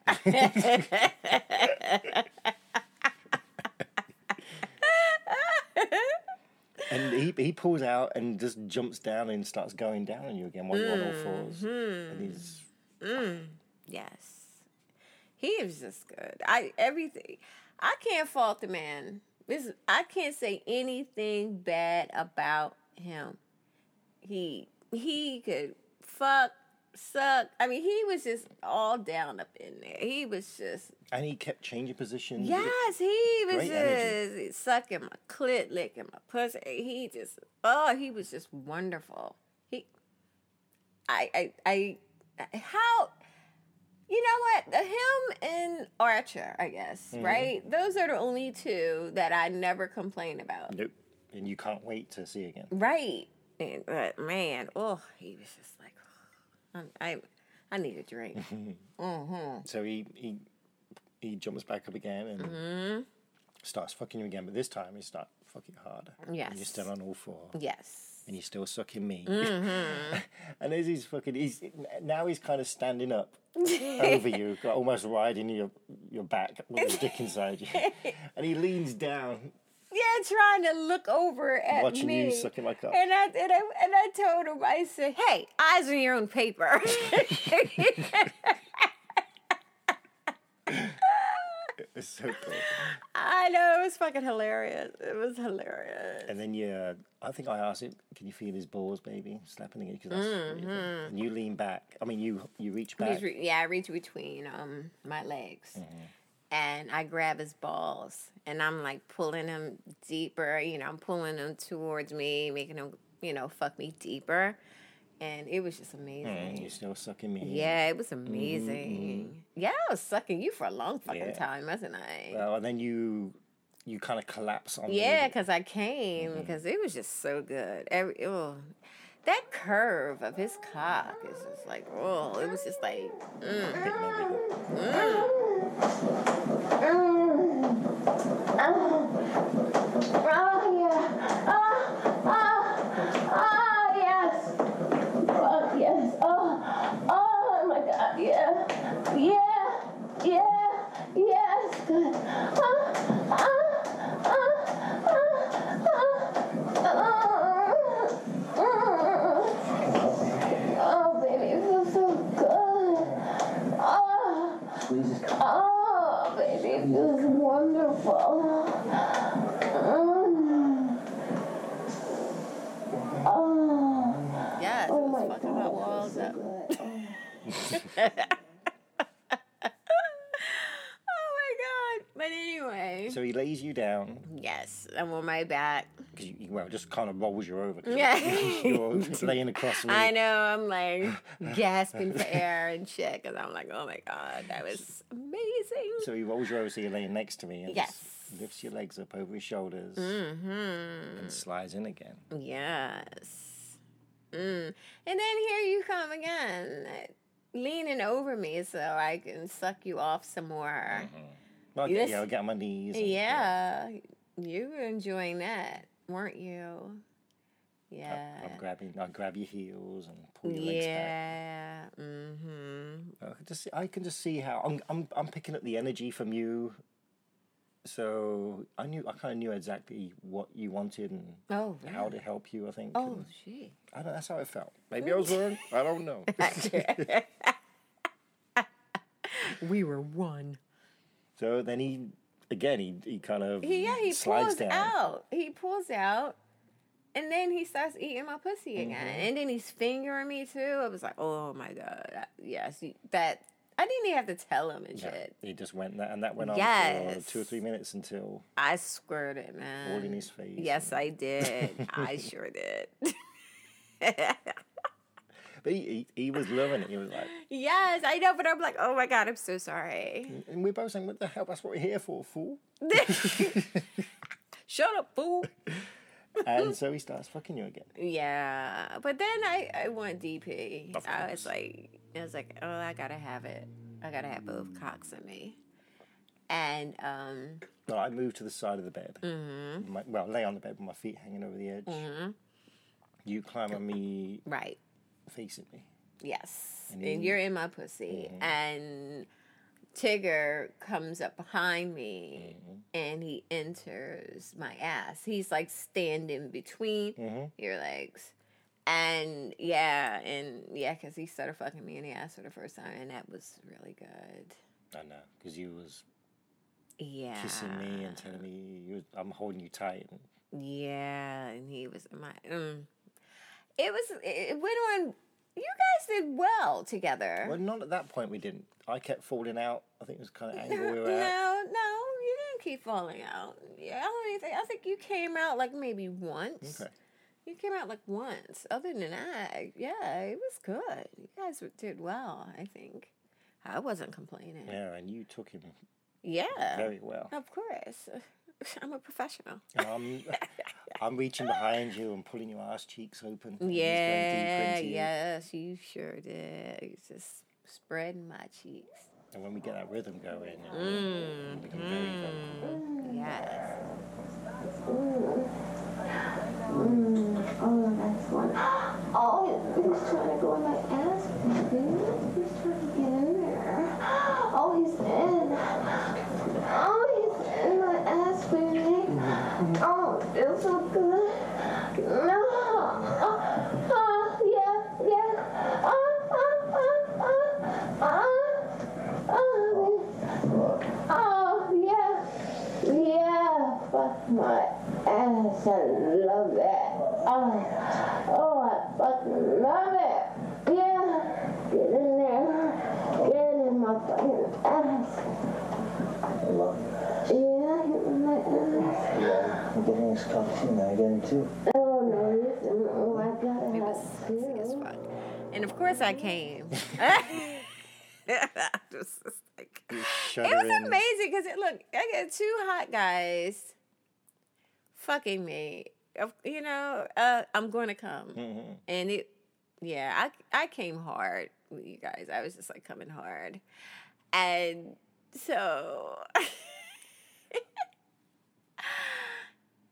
[SPEAKER 1] And he, he pulls out and just jumps down and starts going down on you again while you're on all fours.
[SPEAKER 2] Mm-hmm.
[SPEAKER 1] And he's
[SPEAKER 2] Yes, he is just good. I everything. I can't fault the man. This I can't say anything bad about him. He he could fuck suck. I mean, he was just all down up in there. He was just
[SPEAKER 1] and he kept changing positions.
[SPEAKER 2] Yes, he was
[SPEAKER 1] Great energy.
[SPEAKER 2] just sucking my clit, licking my pussy. He just, oh, he was just wonderful. He, I, I, I, how, you know what? Him and Archer, I guess,
[SPEAKER 1] Mm-hmm.
[SPEAKER 2] right? Those are the only two that I never complain about.
[SPEAKER 1] Nope. And you can't wait to see again.
[SPEAKER 2] Right. And, but man, oh, he was just like, I'm- I, I need a drink.
[SPEAKER 1] Mm-hmm. So he he he jumps back up again and starts fucking you again, but this time he starts fucking harder. And you're
[SPEAKER 2] Yes.
[SPEAKER 1] still on all four.
[SPEAKER 2] yes.
[SPEAKER 1] And you're still sucking me. and as he's fucking he's now he's kind of standing up over you, like almost riding your your back with his dick inside you. And he leans down
[SPEAKER 2] Yeah, trying to look over at
[SPEAKER 1] watching
[SPEAKER 2] me.
[SPEAKER 1] you sucking my cock.
[SPEAKER 2] And I and I and I told him, I said, "Hey, eyes on your own paper."
[SPEAKER 1] It's so cool.
[SPEAKER 2] I know it was fucking hilarious. It was hilarious.
[SPEAKER 1] And then you, uh, I think I asked him, "Can you feel his balls, baby, slapping against?" Because that's what you think. and you lean back. I mean, you you reach
[SPEAKER 2] He's
[SPEAKER 1] back.
[SPEAKER 2] re- yeah, I reach between um my legs, and I grab his balls, and I'm like pulling him deeper. You know, I'm pulling him towards me, making him, you know, fuck me deeper, and it was just
[SPEAKER 1] and
[SPEAKER 2] amazing.
[SPEAKER 1] you're still sucking me. in.
[SPEAKER 2] Yeah, it was amazing. Yeah, I was sucking you for a long fucking
[SPEAKER 1] Yeah.
[SPEAKER 2] time, wasn't I?
[SPEAKER 1] Well, and then you you kind of collapse on.
[SPEAKER 2] Yeah, because I came because it was just so good. Every oh, that curve of his cock is just like oh, it was just like
[SPEAKER 1] The bit and everything.
[SPEAKER 3] Oh, yeah. Oh, oh, oh, yes. Fuck, yes. Oh, oh, my God. Yeah. Yeah. Yeah. Yes. Good. Oh, oh, oh, oh, oh, oh. Oh, baby, it feels so good. Oh. Oh, baby, it feels wonderful. Mm. Oh,
[SPEAKER 2] yes, it
[SPEAKER 3] oh
[SPEAKER 2] was
[SPEAKER 3] my
[SPEAKER 2] fucking my
[SPEAKER 3] God, it
[SPEAKER 2] walls up.
[SPEAKER 3] feels so good. Oh.
[SPEAKER 2] Oh my god! But anyway,
[SPEAKER 1] So he lays you down
[SPEAKER 2] yes, I'm on my back.
[SPEAKER 1] because you, you- well just kind of rolls you over. 'cause
[SPEAKER 2] Yeah.
[SPEAKER 1] You're laying across me.
[SPEAKER 2] I know, I'm like gasping for air and shit because I'm like, oh my god, that was amazing.
[SPEAKER 1] So he rolls you over, so you're laying next to me, and
[SPEAKER 2] Yes. Mm.
[SPEAKER 1] just lifts your legs up over his shoulders and slides in again.
[SPEAKER 2] Mm-hmm. Yes. Mm. And then here you come again, uh, leaning over me so I can suck you off some
[SPEAKER 1] Uh-huh.
[SPEAKER 2] more.
[SPEAKER 1] Well, I get,
[SPEAKER 2] Yes.
[SPEAKER 1] yeah, I get on my knees. and-
[SPEAKER 2] Yeah. You were enjoying that, weren't you? Yeah.
[SPEAKER 1] I'm grabbing. I grab your heels and pull your legs back.
[SPEAKER 2] Yeah. Mm-hmm.
[SPEAKER 1] I can just see, I can just see how I'm, I'm I'm picking up the energy from you. So I knew I kind of knew exactly what you wanted and
[SPEAKER 2] Oh, yeah.
[SPEAKER 1] how to help you. I think.
[SPEAKER 2] Oh,
[SPEAKER 1] and
[SPEAKER 2] shit.
[SPEAKER 1] I don't, that's how it felt. Maybe I was wrong. I don't know.
[SPEAKER 2] We were one.
[SPEAKER 1] so then he again, he, he kind of
[SPEAKER 2] He yeah, he
[SPEAKER 1] slides
[SPEAKER 2] pulls
[SPEAKER 1] down.
[SPEAKER 2] out. He pulls out, and then he starts eating my pussy again,
[SPEAKER 1] Mm-hmm.
[SPEAKER 2] and then he's fingering me too. I was like, oh my god, I- yes, you- that I didn't even have to tell him and
[SPEAKER 1] Yeah,
[SPEAKER 2] shit.
[SPEAKER 1] He just went that, and that went on
[SPEAKER 2] Yes.
[SPEAKER 1] for two or three minutes until
[SPEAKER 2] I squirted, man.
[SPEAKER 1] all in his face.
[SPEAKER 2] Uh, Yes, I did. I sure did.
[SPEAKER 1] But he, he, he was loving it. He was like,
[SPEAKER 2] yes, I know, but I'm like, oh my god, I'm so sorry.
[SPEAKER 1] and we're both saying, what the hell? That's what we're here for, fool.
[SPEAKER 2] Shut up, fool.
[SPEAKER 1] And so he starts fucking you again.
[SPEAKER 2] Yeah, but then I I want DP.
[SPEAKER 1] Of
[SPEAKER 2] I was
[SPEAKER 1] course.
[SPEAKER 2] like, I was like, oh, I gotta have it. I gotta have both cocks in me. And um,
[SPEAKER 1] No, I moved to the side of the bed. Mm-hmm. My, well, lay on the bed with my feet hanging over the edge.
[SPEAKER 2] Mm-hmm.
[SPEAKER 1] You climb on me,
[SPEAKER 2] right,
[SPEAKER 1] facing me.
[SPEAKER 2] yes,
[SPEAKER 1] And
[SPEAKER 2] and,
[SPEAKER 1] then-
[SPEAKER 2] you're in my pussy,
[SPEAKER 1] Mm-hmm.
[SPEAKER 2] and Tigger comes up behind me,
[SPEAKER 1] Mm-hmm.
[SPEAKER 2] and he enters my ass. He's like standing between
[SPEAKER 1] Mm-hmm.
[SPEAKER 2] your legs. And yeah, and yeah, because he started fucking me in the ass for the first time, and that was really good.
[SPEAKER 1] I know, because you was
[SPEAKER 2] Yeah.
[SPEAKER 1] kissing me and telling me you was, I'm holding you tight. And
[SPEAKER 2] Yeah, and he was my. Mm. It was. It went on. You guys did well together.
[SPEAKER 1] well, not at that point. We didn't. I kept falling out. I think it was kind of angle
[SPEAKER 2] No,
[SPEAKER 1] we
[SPEAKER 2] no,
[SPEAKER 1] were at.
[SPEAKER 2] no, you didn't keep falling out. Yeah, I don't even think. I think you came out like maybe once.
[SPEAKER 1] Okay.
[SPEAKER 2] You came out like once. Other than that, yeah, it was good. You guys did well. I think. I wasn't complaining. Yeah.
[SPEAKER 1] Yeah, and you took him
[SPEAKER 2] Oh.
[SPEAKER 1] very well.
[SPEAKER 2] Of course. I'm a professional.
[SPEAKER 1] And I'm, I'm reaching behind you and pulling your ass cheeks open. and just going deeper
[SPEAKER 2] Yeah,
[SPEAKER 1] into you.
[SPEAKER 2] yes, you sure did. You just spreading my cheeks.
[SPEAKER 1] And when we get that rhythm going, mm. we become very
[SPEAKER 2] mm.
[SPEAKER 1] vocal.
[SPEAKER 2] Yes.
[SPEAKER 3] Oh, that's one. Oh, he's trying to go in my ass, baby. He's trying to get in there. Oh, he's in. Oh, he's in my ass, baby. Oh, it feels so good. No. Oh, oh, yeah, yeah. Oh, oh, oh, oh, oh, oh, Oh, yeah. Yeah, fuck my ass. I love it. Oh, oh I fucking love it. Yeah. Get in there. Get in my fucking ass.
[SPEAKER 4] I love you.
[SPEAKER 3] Yeah, hit my ass.
[SPEAKER 4] Yeah, I'm getting this coffee now again too.
[SPEAKER 3] Oh, no, you didn't. Oh, I gotta
[SPEAKER 2] It
[SPEAKER 3] have
[SPEAKER 2] was sexy as
[SPEAKER 3] two.
[SPEAKER 2] fuck. And of course I came. I was just like- it was
[SPEAKER 1] Shuddering.
[SPEAKER 2] amazing because it look, I got two hot guys fucking me. Of- You know, uh, I'm going to come.
[SPEAKER 1] Mm-hmm.
[SPEAKER 2] And it, yeah, I, I came hard with you guys. I was just like coming hard. And so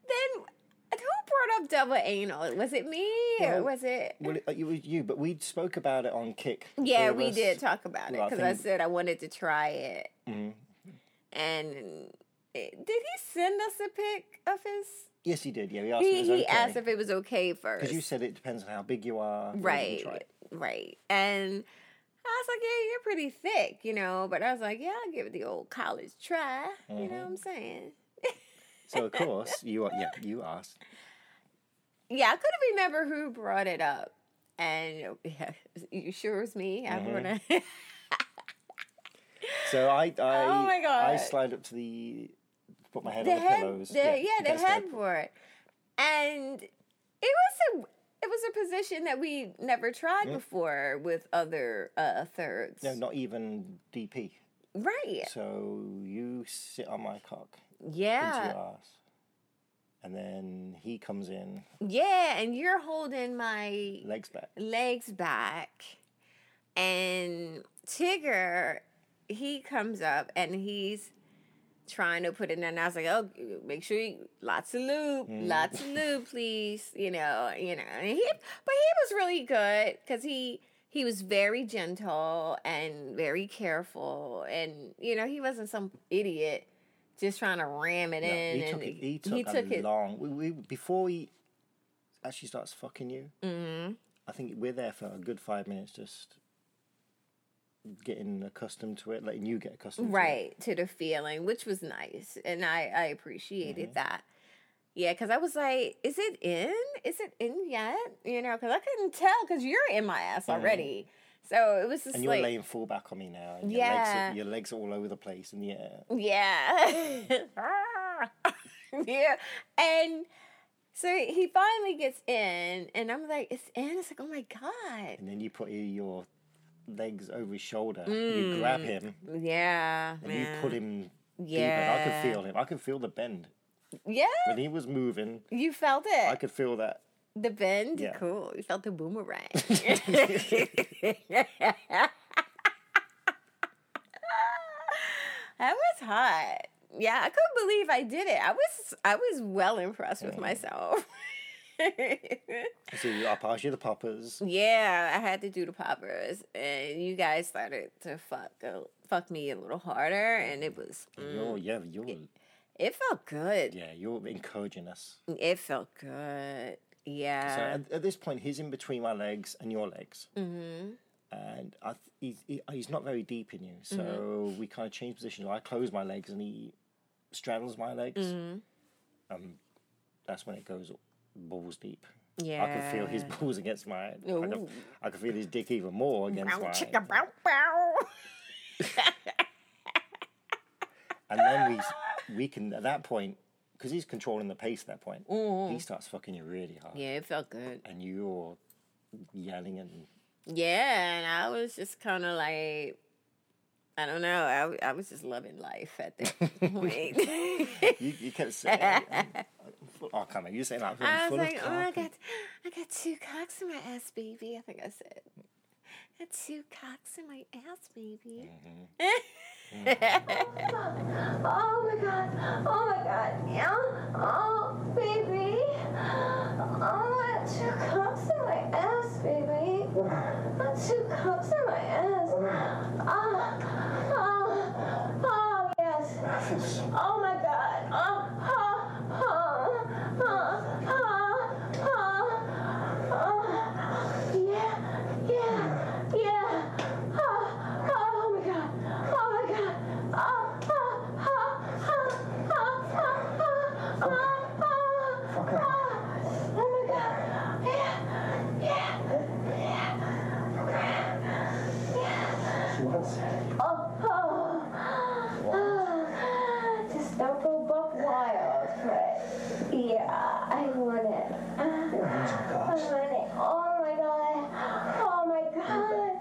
[SPEAKER 2] then who brought up double anal? Was it me or
[SPEAKER 1] Well-
[SPEAKER 2] was it?
[SPEAKER 1] Well, it, it was you, but we spoke about it on Kick. the three
[SPEAKER 2] Yeah,
[SPEAKER 1] of
[SPEAKER 2] we
[SPEAKER 1] us.
[SPEAKER 2] did talk about it
[SPEAKER 1] Well, I
[SPEAKER 2] because I,
[SPEAKER 1] think-
[SPEAKER 2] said I wanted to try it.
[SPEAKER 1] Mm.
[SPEAKER 2] And it, did he send us a pic of his?
[SPEAKER 1] Yes, he did. Yeah, he asked
[SPEAKER 2] He,
[SPEAKER 1] if
[SPEAKER 2] he
[SPEAKER 1] it was
[SPEAKER 2] asked
[SPEAKER 1] okay.
[SPEAKER 2] if it was okay first.
[SPEAKER 1] Because you said it depends on how big you are. whether you
[SPEAKER 2] right,
[SPEAKER 1] try it.
[SPEAKER 2] right. And I was like, yeah, you're pretty thick, you know. But I was like, yeah, I'll give it the old college try. You
[SPEAKER 1] Mm-hmm.
[SPEAKER 2] know what I'm saying?
[SPEAKER 1] So of course you are. Yeah, you asked.
[SPEAKER 2] Yeah, I couldn't remember who brought it up. And yeah, you sure it was me? I
[SPEAKER 1] Mm-hmm.
[SPEAKER 2] brought it.
[SPEAKER 1] So I, I,
[SPEAKER 2] Oh my
[SPEAKER 1] I
[SPEAKER 2] God.
[SPEAKER 1] slide up to the, put my head
[SPEAKER 2] the
[SPEAKER 1] on the
[SPEAKER 2] head,
[SPEAKER 1] pillows.
[SPEAKER 2] the, yeah, the
[SPEAKER 1] against them.
[SPEAKER 2] headboard, and it was a it was a position that we never tried before with other uh, thirds.
[SPEAKER 1] Mm. No, not even DP.
[SPEAKER 2] right?
[SPEAKER 1] So you sit on my cock into
[SPEAKER 2] Yeah,
[SPEAKER 1] your ass, and then he comes in,
[SPEAKER 2] yeah, and you're holding my
[SPEAKER 1] legs back.
[SPEAKER 2] legs back, and Tigger he comes up and he's trying to put it in, and I was like, "Oh, make sure you lots of lube,
[SPEAKER 1] Mm.
[SPEAKER 2] lots of lube, please." You know, you know. And he, but he was really good because he he was very gentle and very careful, and you know, he wasn't some idiot just trying to ram it
[SPEAKER 1] No,
[SPEAKER 2] in.
[SPEAKER 1] he,
[SPEAKER 2] and
[SPEAKER 1] took it, he took a
[SPEAKER 2] it.
[SPEAKER 1] long. We, we, before he actually starts
[SPEAKER 2] Mm-hmm.
[SPEAKER 1] fucking you, I think we're there for a good five minutes just getting accustomed to it, letting you get accustomed to it.
[SPEAKER 2] right to the feeling which was nice and i i appreciated
[SPEAKER 1] Mm-hmm.
[SPEAKER 2] that yeah because i was like is it in is it in yet you know because i couldn't tell because you're in my ass already so it was just
[SPEAKER 1] Mm-hmm. And you're
[SPEAKER 2] like
[SPEAKER 1] laying full back on me now. And your,
[SPEAKER 2] Yeah.
[SPEAKER 1] legs are, your legs are all over the place in the air.
[SPEAKER 2] yeah Ah. yeah and so he finally gets in and i'm like it's in it's like oh my god
[SPEAKER 1] And then you put your legs over his shoulder. You grab him
[SPEAKER 2] Mm. yeah
[SPEAKER 1] and
[SPEAKER 2] man.
[SPEAKER 1] you pull him deeper. I
[SPEAKER 2] Yeah.
[SPEAKER 1] could feel him. I could feel the bend.
[SPEAKER 2] yeah
[SPEAKER 1] When he was moving,
[SPEAKER 2] you felt it
[SPEAKER 1] I could feel that.
[SPEAKER 2] The bend?
[SPEAKER 1] Yeah.
[SPEAKER 2] Cool. You felt the boomerang. that was hot. Yeah, I couldn't believe I did it. I was I was well impressed with myself.
[SPEAKER 1] So I pass you the poppers.
[SPEAKER 2] yeah, I had to do the poppers and you guys started to fuck a- fuck me a little harder and it was mm,
[SPEAKER 1] You're, yeah, you're,
[SPEAKER 2] it felt good.
[SPEAKER 1] yeah, you're encouraging us.
[SPEAKER 2] It felt good. Yeah.
[SPEAKER 1] So at, at this point, he's in between my legs and your legs. Mm-hmm. And I th- he's, he, he's not very deep in you. So
[SPEAKER 2] Mm-hmm.
[SPEAKER 1] we kind of change positions. I close my legs and he straddles my legs.
[SPEAKER 2] Mm-hmm.
[SPEAKER 1] Um, that's when it goes balls deep. I can feel his
[SPEAKER 2] Yeah.
[SPEAKER 1] balls against my head. I
[SPEAKER 2] Ooh.
[SPEAKER 1] can, I can feel his dick even more against
[SPEAKER 2] Bow,
[SPEAKER 1] my head.
[SPEAKER 2] chicka, bow, bow.
[SPEAKER 1] And then we, s- we can, at that point, because he's controlling the pace at that point,
[SPEAKER 2] Mm.
[SPEAKER 1] he starts fucking you really hard.
[SPEAKER 2] Yeah, it felt good.
[SPEAKER 1] And you're yelling and
[SPEAKER 2] Yeah, and I was just kind of like, I don't know. I, w- I was just loving life at that point.
[SPEAKER 1] You, you kept saying, I'm, I'm full, oh, come on, you saying like,
[SPEAKER 2] I
[SPEAKER 1] I'm
[SPEAKER 2] was
[SPEAKER 1] full
[SPEAKER 2] like,
[SPEAKER 1] of
[SPEAKER 2] oh, I
[SPEAKER 1] cock.
[SPEAKER 2] got, I got two cocks in my ass, baby. I think I said, I got two cocks in my ass, baby.
[SPEAKER 3] Oh my god. Oh my god. Yeah. Oh, baby. Oh, I got two cups in my ass, baby. I got two cups in my ass. Ah, ah, ah, yes. Oh my god. Ah, ah, ah, ah, ah, ah, ah. Yeah, yeah, yeah. Ah, ah, oh my god. Oh my god. Ah, ah, ah, ah, ah, ah, ah, ah, ah. Oh my god. Yeah, yeah, yeah. Yeah.
[SPEAKER 4] She wants it.
[SPEAKER 3] Oh, oh, oh. Just don't go buck wild, but yeah, I want it. I want it. Oh my god. Oh my god.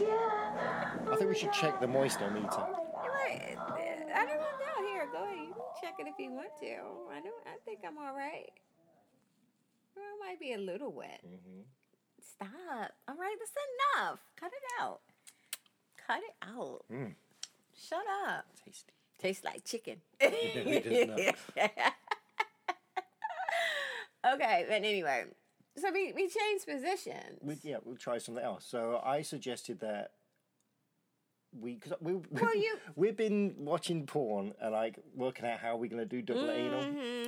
[SPEAKER 3] Yeah.
[SPEAKER 1] I think we should check the moisture
[SPEAKER 3] Oh
[SPEAKER 1] meter.
[SPEAKER 3] my god.
[SPEAKER 2] Like, I don't know. Here, go ahead. You can check it if you want to. I don't. I think I'm all right. Well, it might be a little wet. Stop. All right, that's enough. Cut it out. Cut it out. Shut up.
[SPEAKER 1] Tasty.
[SPEAKER 2] Tastes like chicken.
[SPEAKER 1] It is not.
[SPEAKER 2] Okay, but anyway, so we, we changed positions.
[SPEAKER 1] We, yeah, we'll try something else. So I suggested that we, because we,
[SPEAKER 2] Well, you-
[SPEAKER 1] we've been watching porn and like working out how we're going to do double
[SPEAKER 2] Mm-hmm.
[SPEAKER 1] anal.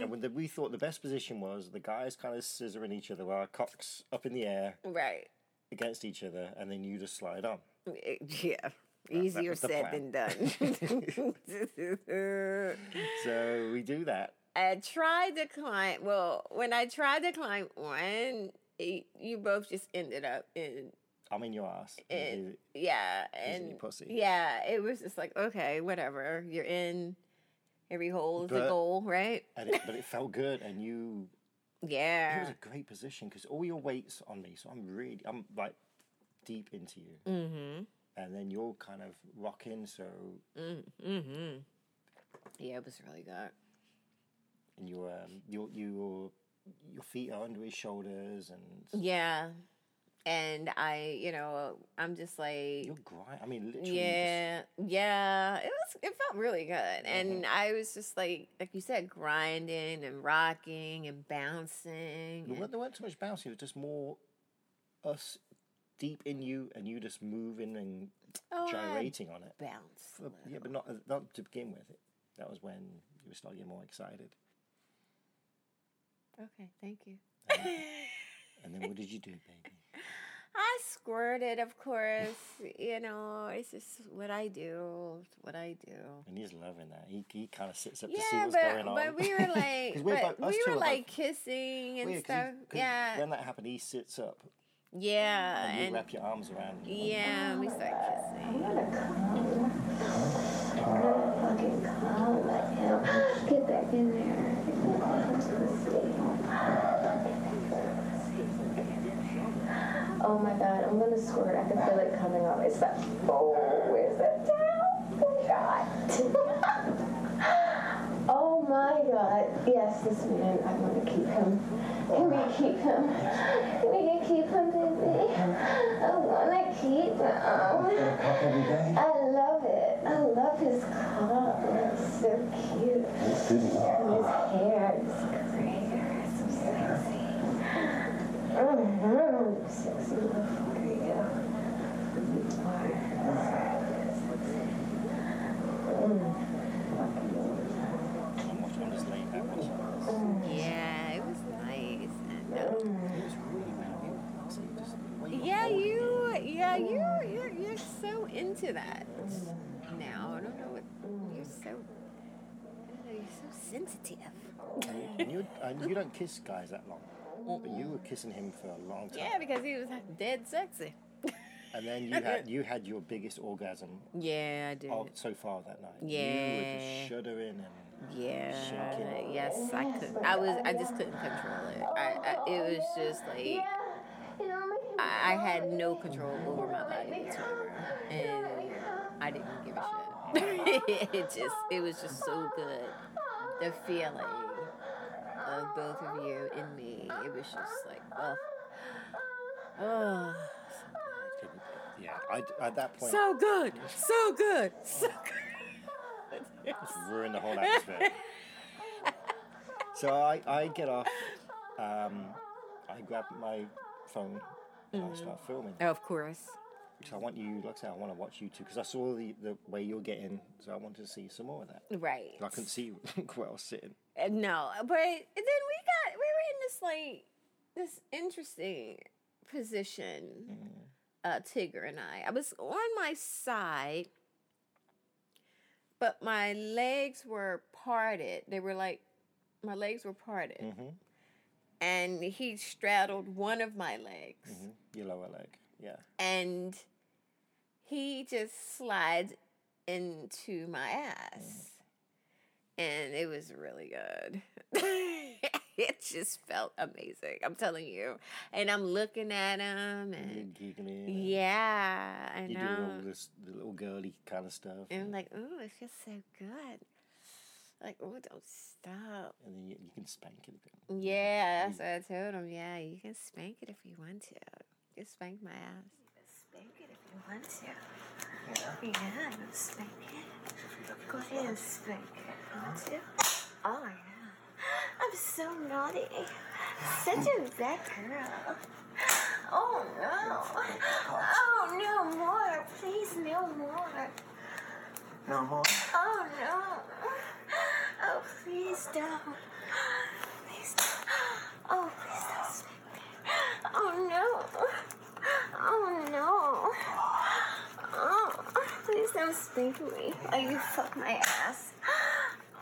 [SPEAKER 1] And when the, we thought the best position was the guys kind of scissoring each other, our cocks up in the air
[SPEAKER 2] right.
[SPEAKER 1] against each other, and then you just slide on.
[SPEAKER 2] Eh, Yeah. Easier
[SPEAKER 1] was the
[SPEAKER 2] said than done.
[SPEAKER 1] So we do that.
[SPEAKER 2] I tried to climb. Well, when I tried to climb one, y- you both just ended up in
[SPEAKER 1] I'm in your ass.
[SPEAKER 2] it. Yeah, and
[SPEAKER 1] your pussy.
[SPEAKER 2] yeah, it was just like okay, whatever. You're in. Every hole is a
[SPEAKER 1] But-
[SPEAKER 2] goal, right?
[SPEAKER 1] and it, but it felt good, and you it was
[SPEAKER 2] Yeah,
[SPEAKER 1] a great position because all your weight's on me, so I'm really, I'm like deep into you,
[SPEAKER 2] Mm.
[SPEAKER 1] mm-hmm. and then you're kind of rocking, so
[SPEAKER 2] Mm-hmm. yeah, it was really good.
[SPEAKER 1] and you um, your your your feet are under his shoulders, and
[SPEAKER 2] Yeah, and I, you know, I'm just like
[SPEAKER 1] you're grind. I mean, literally,
[SPEAKER 2] Yeah, yeah. It was. It felt really good, and I was just like, like you said, grinding and rocking and bouncing.
[SPEAKER 1] Just, there,
[SPEAKER 2] and-
[SPEAKER 1] weren't, there weren't so much bouncing; it was just more us deep in you, and you just moving and
[SPEAKER 2] Oh, I
[SPEAKER 1] gyrating on it.
[SPEAKER 2] bounce.
[SPEAKER 1] But- yeah, but not not to begin with. That was when you were starting to get more excited.
[SPEAKER 2] Okay, thank you.
[SPEAKER 1] And then what did you do, baby?
[SPEAKER 2] I squirted, of course. You know, it's just what I do. It's what I do.
[SPEAKER 1] And he's loving that. He, he kind of sits up to see
[SPEAKER 2] Yeah,
[SPEAKER 1] what's
[SPEAKER 2] but
[SPEAKER 1] going on.
[SPEAKER 2] but we were like,
[SPEAKER 1] 'Cause
[SPEAKER 2] but
[SPEAKER 1] both- us
[SPEAKER 2] we
[SPEAKER 1] two
[SPEAKER 2] were
[SPEAKER 1] both-
[SPEAKER 2] like kissing and
[SPEAKER 1] Yeah, 'cause
[SPEAKER 2] stuff.
[SPEAKER 1] he- 'cause
[SPEAKER 2] yeah,
[SPEAKER 1] When that happened, he sits up.
[SPEAKER 2] yeah,
[SPEAKER 1] You
[SPEAKER 2] and
[SPEAKER 1] wrap your arms around him.
[SPEAKER 2] yeah, we started kissing.
[SPEAKER 3] I'm gonna come. I'm gonna fucking come. I am. Get back in there. Get back in the pussy. Oh my god, I'm gonna squirt. I can feel it coming on. It's that. Oh, where's that down? Oh god. oh my god. Yes, this man. I want to keep him. Can we keep him? Can we keep him, baby? I want to keep him.
[SPEAKER 4] Cock every day?
[SPEAKER 3] I love it. I love his cock. It's so cute. And
[SPEAKER 4] It's good enough.
[SPEAKER 3] his hair is great. It's so sexy. Mm-hmm. Sexy love for you. You are sexy.
[SPEAKER 1] I'm watching- I'm just laying back watching this.
[SPEAKER 2] Yeah, it was nice. And, uh,
[SPEAKER 1] It was really bad. So you just wait.
[SPEAKER 2] yeah, you, yeah, you, you're, you're so into that now. I don't know what you're so. I don't know, You're so sensitive.
[SPEAKER 1] And you, and you don't kiss guys that long. But you were kissing him for a long time.
[SPEAKER 2] Yeah, because he was dead sexy.
[SPEAKER 1] And then you had you had your biggest orgasm
[SPEAKER 2] Yeah, I did.
[SPEAKER 1] of, so far that night. You were
[SPEAKER 2] Yeah.
[SPEAKER 1] just shuddering and
[SPEAKER 2] Yeah, yes, I could. I was. I just couldn't control it. I. I it was just like
[SPEAKER 3] Yeah. You know, make me
[SPEAKER 2] I, I had
[SPEAKER 3] come.
[SPEAKER 2] no control over my body
[SPEAKER 3] Make me
[SPEAKER 2] whatsoever,
[SPEAKER 3] come. You know, make me
[SPEAKER 2] and
[SPEAKER 3] come.
[SPEAKER 2] I didn't give a shit. it just. It was just so good. The feeling of both of you in me. It was just like oh, oh,
[SPEAKER 1] yeah. I, at that point,
[SPEAKER 2] so good, so good, so good.
[SPEAKER 1] ruined the whole atmosphere. so I, I get off. Um, I grab my phone and I start filming.
[SPEAKER 2] Of course.
[SPEAKER 1] So I want you, like I said, I want to watch you too because I saw the, the way you're getting. So I want to see some more of that.
[SPEAKER 2] Right.
[SPEAKER 1] I couldn't see where I was sitting.
[SPEAKER 2] Uh, No, but then we got we were in this like this interesting position. Uh, Tigger and I. I was on my side, but my legs were parted. They were like my legs were parted, and he straddled one of my legs,
[SPEAKER 1] Your lower leg. Yeah.
[SPEAKER 2] and he just slides into my ass. And it was really good. it just felt amazing. I'm telling you. And I'm looking at him
[SPEAKER 1] You're
[SPEAKER 2] and
[SPEAKER 1] giggling. and
[SPEAKER 2] yeah, Mm. I
[SPEAKER 1] You do all
[SPEAKER 2] know.
[SPEAKER 1] this the little girly kind of stuff.
[SPEAKER 2] And I'm like, oh, it feels so good. Like, oh, don't stop.
[SPEAKER 1] And then you, you can spank it a bit.
[SPEAKER 2] Yeah, that's what I told him. Yeah, you can spank it if you want to. Just spank my ass.
[SPEAKER 5] Spank it if you want to. Yeah, you spank it. Go ahead and spank it if you want to. Oh, yeah. I'm so naughty. Such a bad girl. Oh, no. Oh, no more. Please, no more.
[SPEAKER 4] No more.
[SPEAKER 5] Oh, no. Oh, please don't. Please don't. Oh, please don't spank me. Oh, no. Oh, no. Oh, please don't spank me. Oh, you fuck my ass.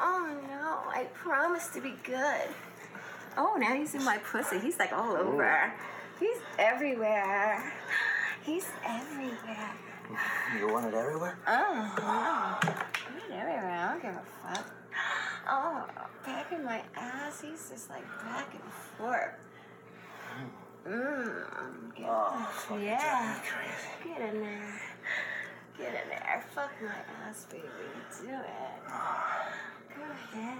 [SPEAKER 5] Oh, no. I promise to be good. Oh, now he's in my pussy. He's like all over. He's everywhere. He's everywhere.
[SPEAKER 4] You want it everywhere?
[SPEAKER 5] Oh, no. Not everywhere. I don't give a fuck. Oh, back in my ass. He's just like back and forth. Mmm. Get,
[SPEAKER 4] Oh,
[SPEAKER 5] yeah.
[SPEAKER 4] crazy.
[SPEAKER 5] Get in there. Get in there. Fuck my ass, baby. Do it. Go ahead.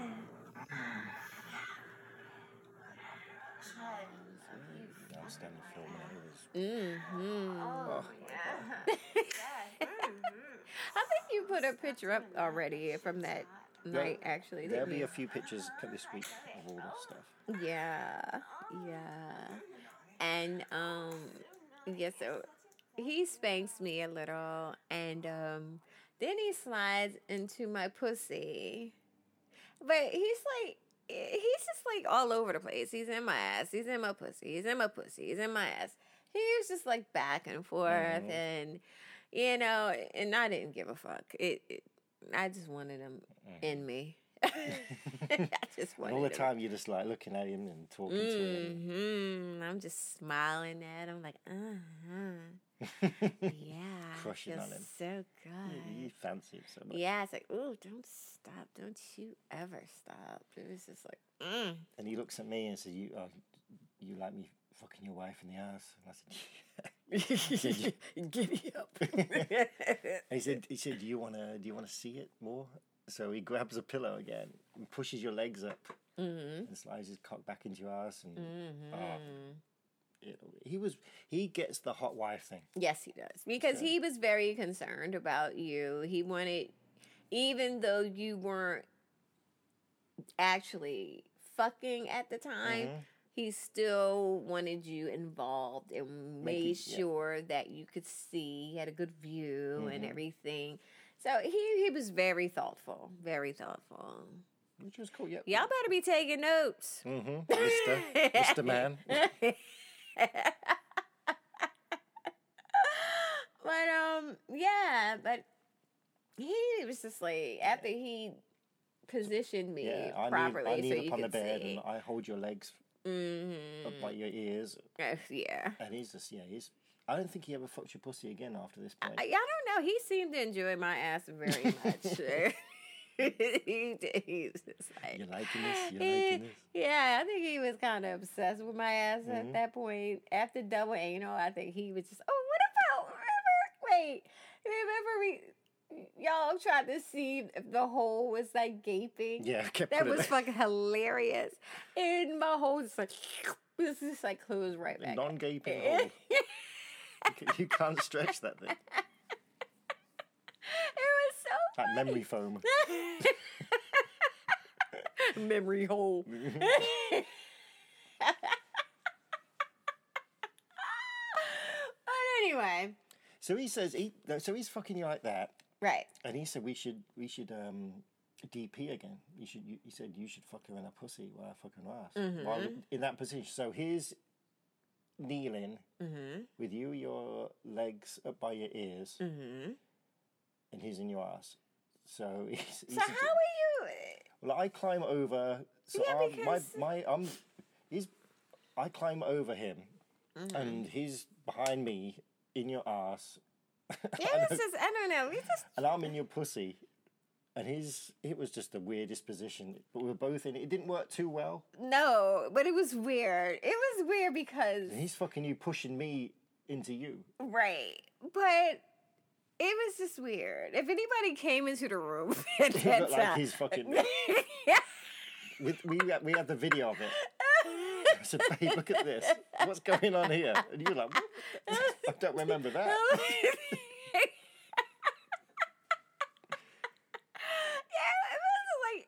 [SPEAKER 5] God,
[SPEAKER 1] I was standing filming it. It was
[SPEAKER 2] Mm-hmm.
[SPEAKER 5] Oh, yeah. yeah. mhm.
[SPEAKER 2] I think you put a picture up already from that night, actually.
[SPEAKER 1] There'll
[SPEAKER 2] didn't
[SPEAKER 1] be
[SPEAKER 2] you?
[SPEAKER 1] a few pictures cut this week of all this stuff.
[SPEAKER 2] Yeah, yeah. And um, yeah. So he spanks me a little, and um, then he slides into my pussy. But he's like, he's just like all over the place. He's in my ass. He's in my pussy. He's in my pussy. He's in my ass. he was just like back and forth and you know and i didn't give a fuck it, it i just wanted him in me i just wanted
[SPEAKER 1] And all the
[SPEAKER 2] him.
[SPEAKER 1] time you're just like looking at him and talking to him.
[SPEAKER 2] hmm i'm just smiling at him like uh-huh yeah
[SPEAKER 1] Crushing
[SPEAKER 2] feels
[SPEAKER 1] on him.
[SPEAKER 2] so good
[SPEAKER 1] You fancy him so much.
[SPEAKER 2] yeah it's like oh don't stop don't you ever stop it was just like mm.
[SPEAKER 1] And he looks at me and says, "You, oh, you like me fucking your wife in the ass?" And I said, "Yeah."
[SPEAKER 2] Giddy up.
[SPEAKER 1] And he said, "He said, do you wanna, do you wanna see it more?" So he grabs a pillow again and pushes your legs up
[SPEAKER 2] Mm-hmm.
[SPEAKER 1] and slides his cock back into your ass. And
[SPEAKER 2] Mm.
[SPEAKER 1] oh, it, he was, he gets the hot wife thing.
[SPEAKER 2] Yes, he does. Because he was very concerned about you. He wanted, even though you weren't actually fucking at the time,
[SPEAKER 1] Mm-hmm.
[SPEAKER 2] he still wanted you involved and
[SPEAKER 1] Make
[SPEAKER 2] made
[SPEAKER 1] it- yeah.
[SPEAKER 2] sure that you could see. He had a good view and
[SPEAKER 1] Mm-hmm.
[SPEAKER 2] everything. So he, he was very thoughtful, very thoughtful.
[SPEAKER 1] Which was cool, yeah.
[SPEAKER 2] Y'all better be taking notes.
[SPEAKER 1] hmm Mister, Mister Man.
[SPEAKER 2] But um, yeah, but he was just like after he positioned me
[SPEAKER 1] Yeah, I need,
[SPEAKER 2] properly,
[SPEAKER 1] I need
[SPEAKER 2] so you
[SPEAKER 1] upon the
[SPEAKER 2] could
[SPEAKER 1] bed
[SPEAKER 2] see. Mm.
[SPEAKER 1] and I hold your legs up by your ears.
[SPEAKER 2] Oh, yeah,
[SPEAKER 1] And he's just, yeah, he's, I don't think he ever fucked your pussy again after this point.
[SPEAKER 2] I, I don't know. He seemed to enjoy my ass very much. he did. He was just like,
[SPEAKER 1] You're liking this? You're
[SPEAKER 2] he-
[SPEAKER 1] liking this?
[SPEAKER 2] yeah, I think he was kind of obsessed with my ass
[SPEAKER 1] Mm-hmm.
[SPEAKER 2] at that point. After double anal, I think he was just, oh, what about, remember, wait, remember we, y'all tried to see if the hole was like gaping?
[SPEAKER 1] Yeah, I kept
[SPEAKER 2] That
[SPEAKER 1] putting
[SPEAKER 2] was
[SPEAKER 1] it-
[SPEAKER 2] fucking hilarious. And my hole is like, this is like clues right back.
[SPEAKER 1] non-gaping hole. You ca- you can't stretch that thing.
[SPEAKER 2] It was so
[SPEAKER 1] That memory foam.
[SPEAKER 2] memory hole. but anyway,
[SPEAKER 1] So he says, he, no, so he's fucking you like that,
[SPEAKER 2] right.
[SPEAKER 1] and he said we should we should um, DP again. You should. You, he said you should fuck her in her pussy while I fuck her in her ass.
[SPEAKER 2] Mm-hmm.
[SPEAKER 1] While in that position. So here's kneeling with you, your legs up by your ears,
[SPEAKER 2] Mm.
[SPEAKER 1] Mm-hmm. and he's in your ass. So he's, he's
[SPEAKER 2] So how are you?
[SPEAKER 1] Well, I climb over. So
[SPEAKER 2] Yeah,
[SPEAKER 1] I'm,
[SPEAKER 2] because-
[SPEAKER 1] my my um, he's, I climb over him,
[SPEAKER 2] Mm-hmm.
[SPEAKER 1] and he's behind me in your ass,
[SPEAKER 2] Yeah, this is, I don't know. We just,
[SPEAKER 1] and I'm in your pussy, and his it was just the weirdest position. But we were both in it. It didn't work too well.
[SPEAKER 2] no, but it was weird. It was weird because,
[SPEAKER 1] And he's fucking you, pushing me into you.
[SPEAKER 2] right. But it was just weird. If anybody came into the room at that
[SPEAKER 1] looked
[SPEAKER 2] time.
[SPEAKER 1] like he's fucking. With, we had- we had the video of it. I said, "Babe, look at this. What's going on here?" And you're like, "What the- "I don't remember that."
[SPEAKER 2] yeah, it was like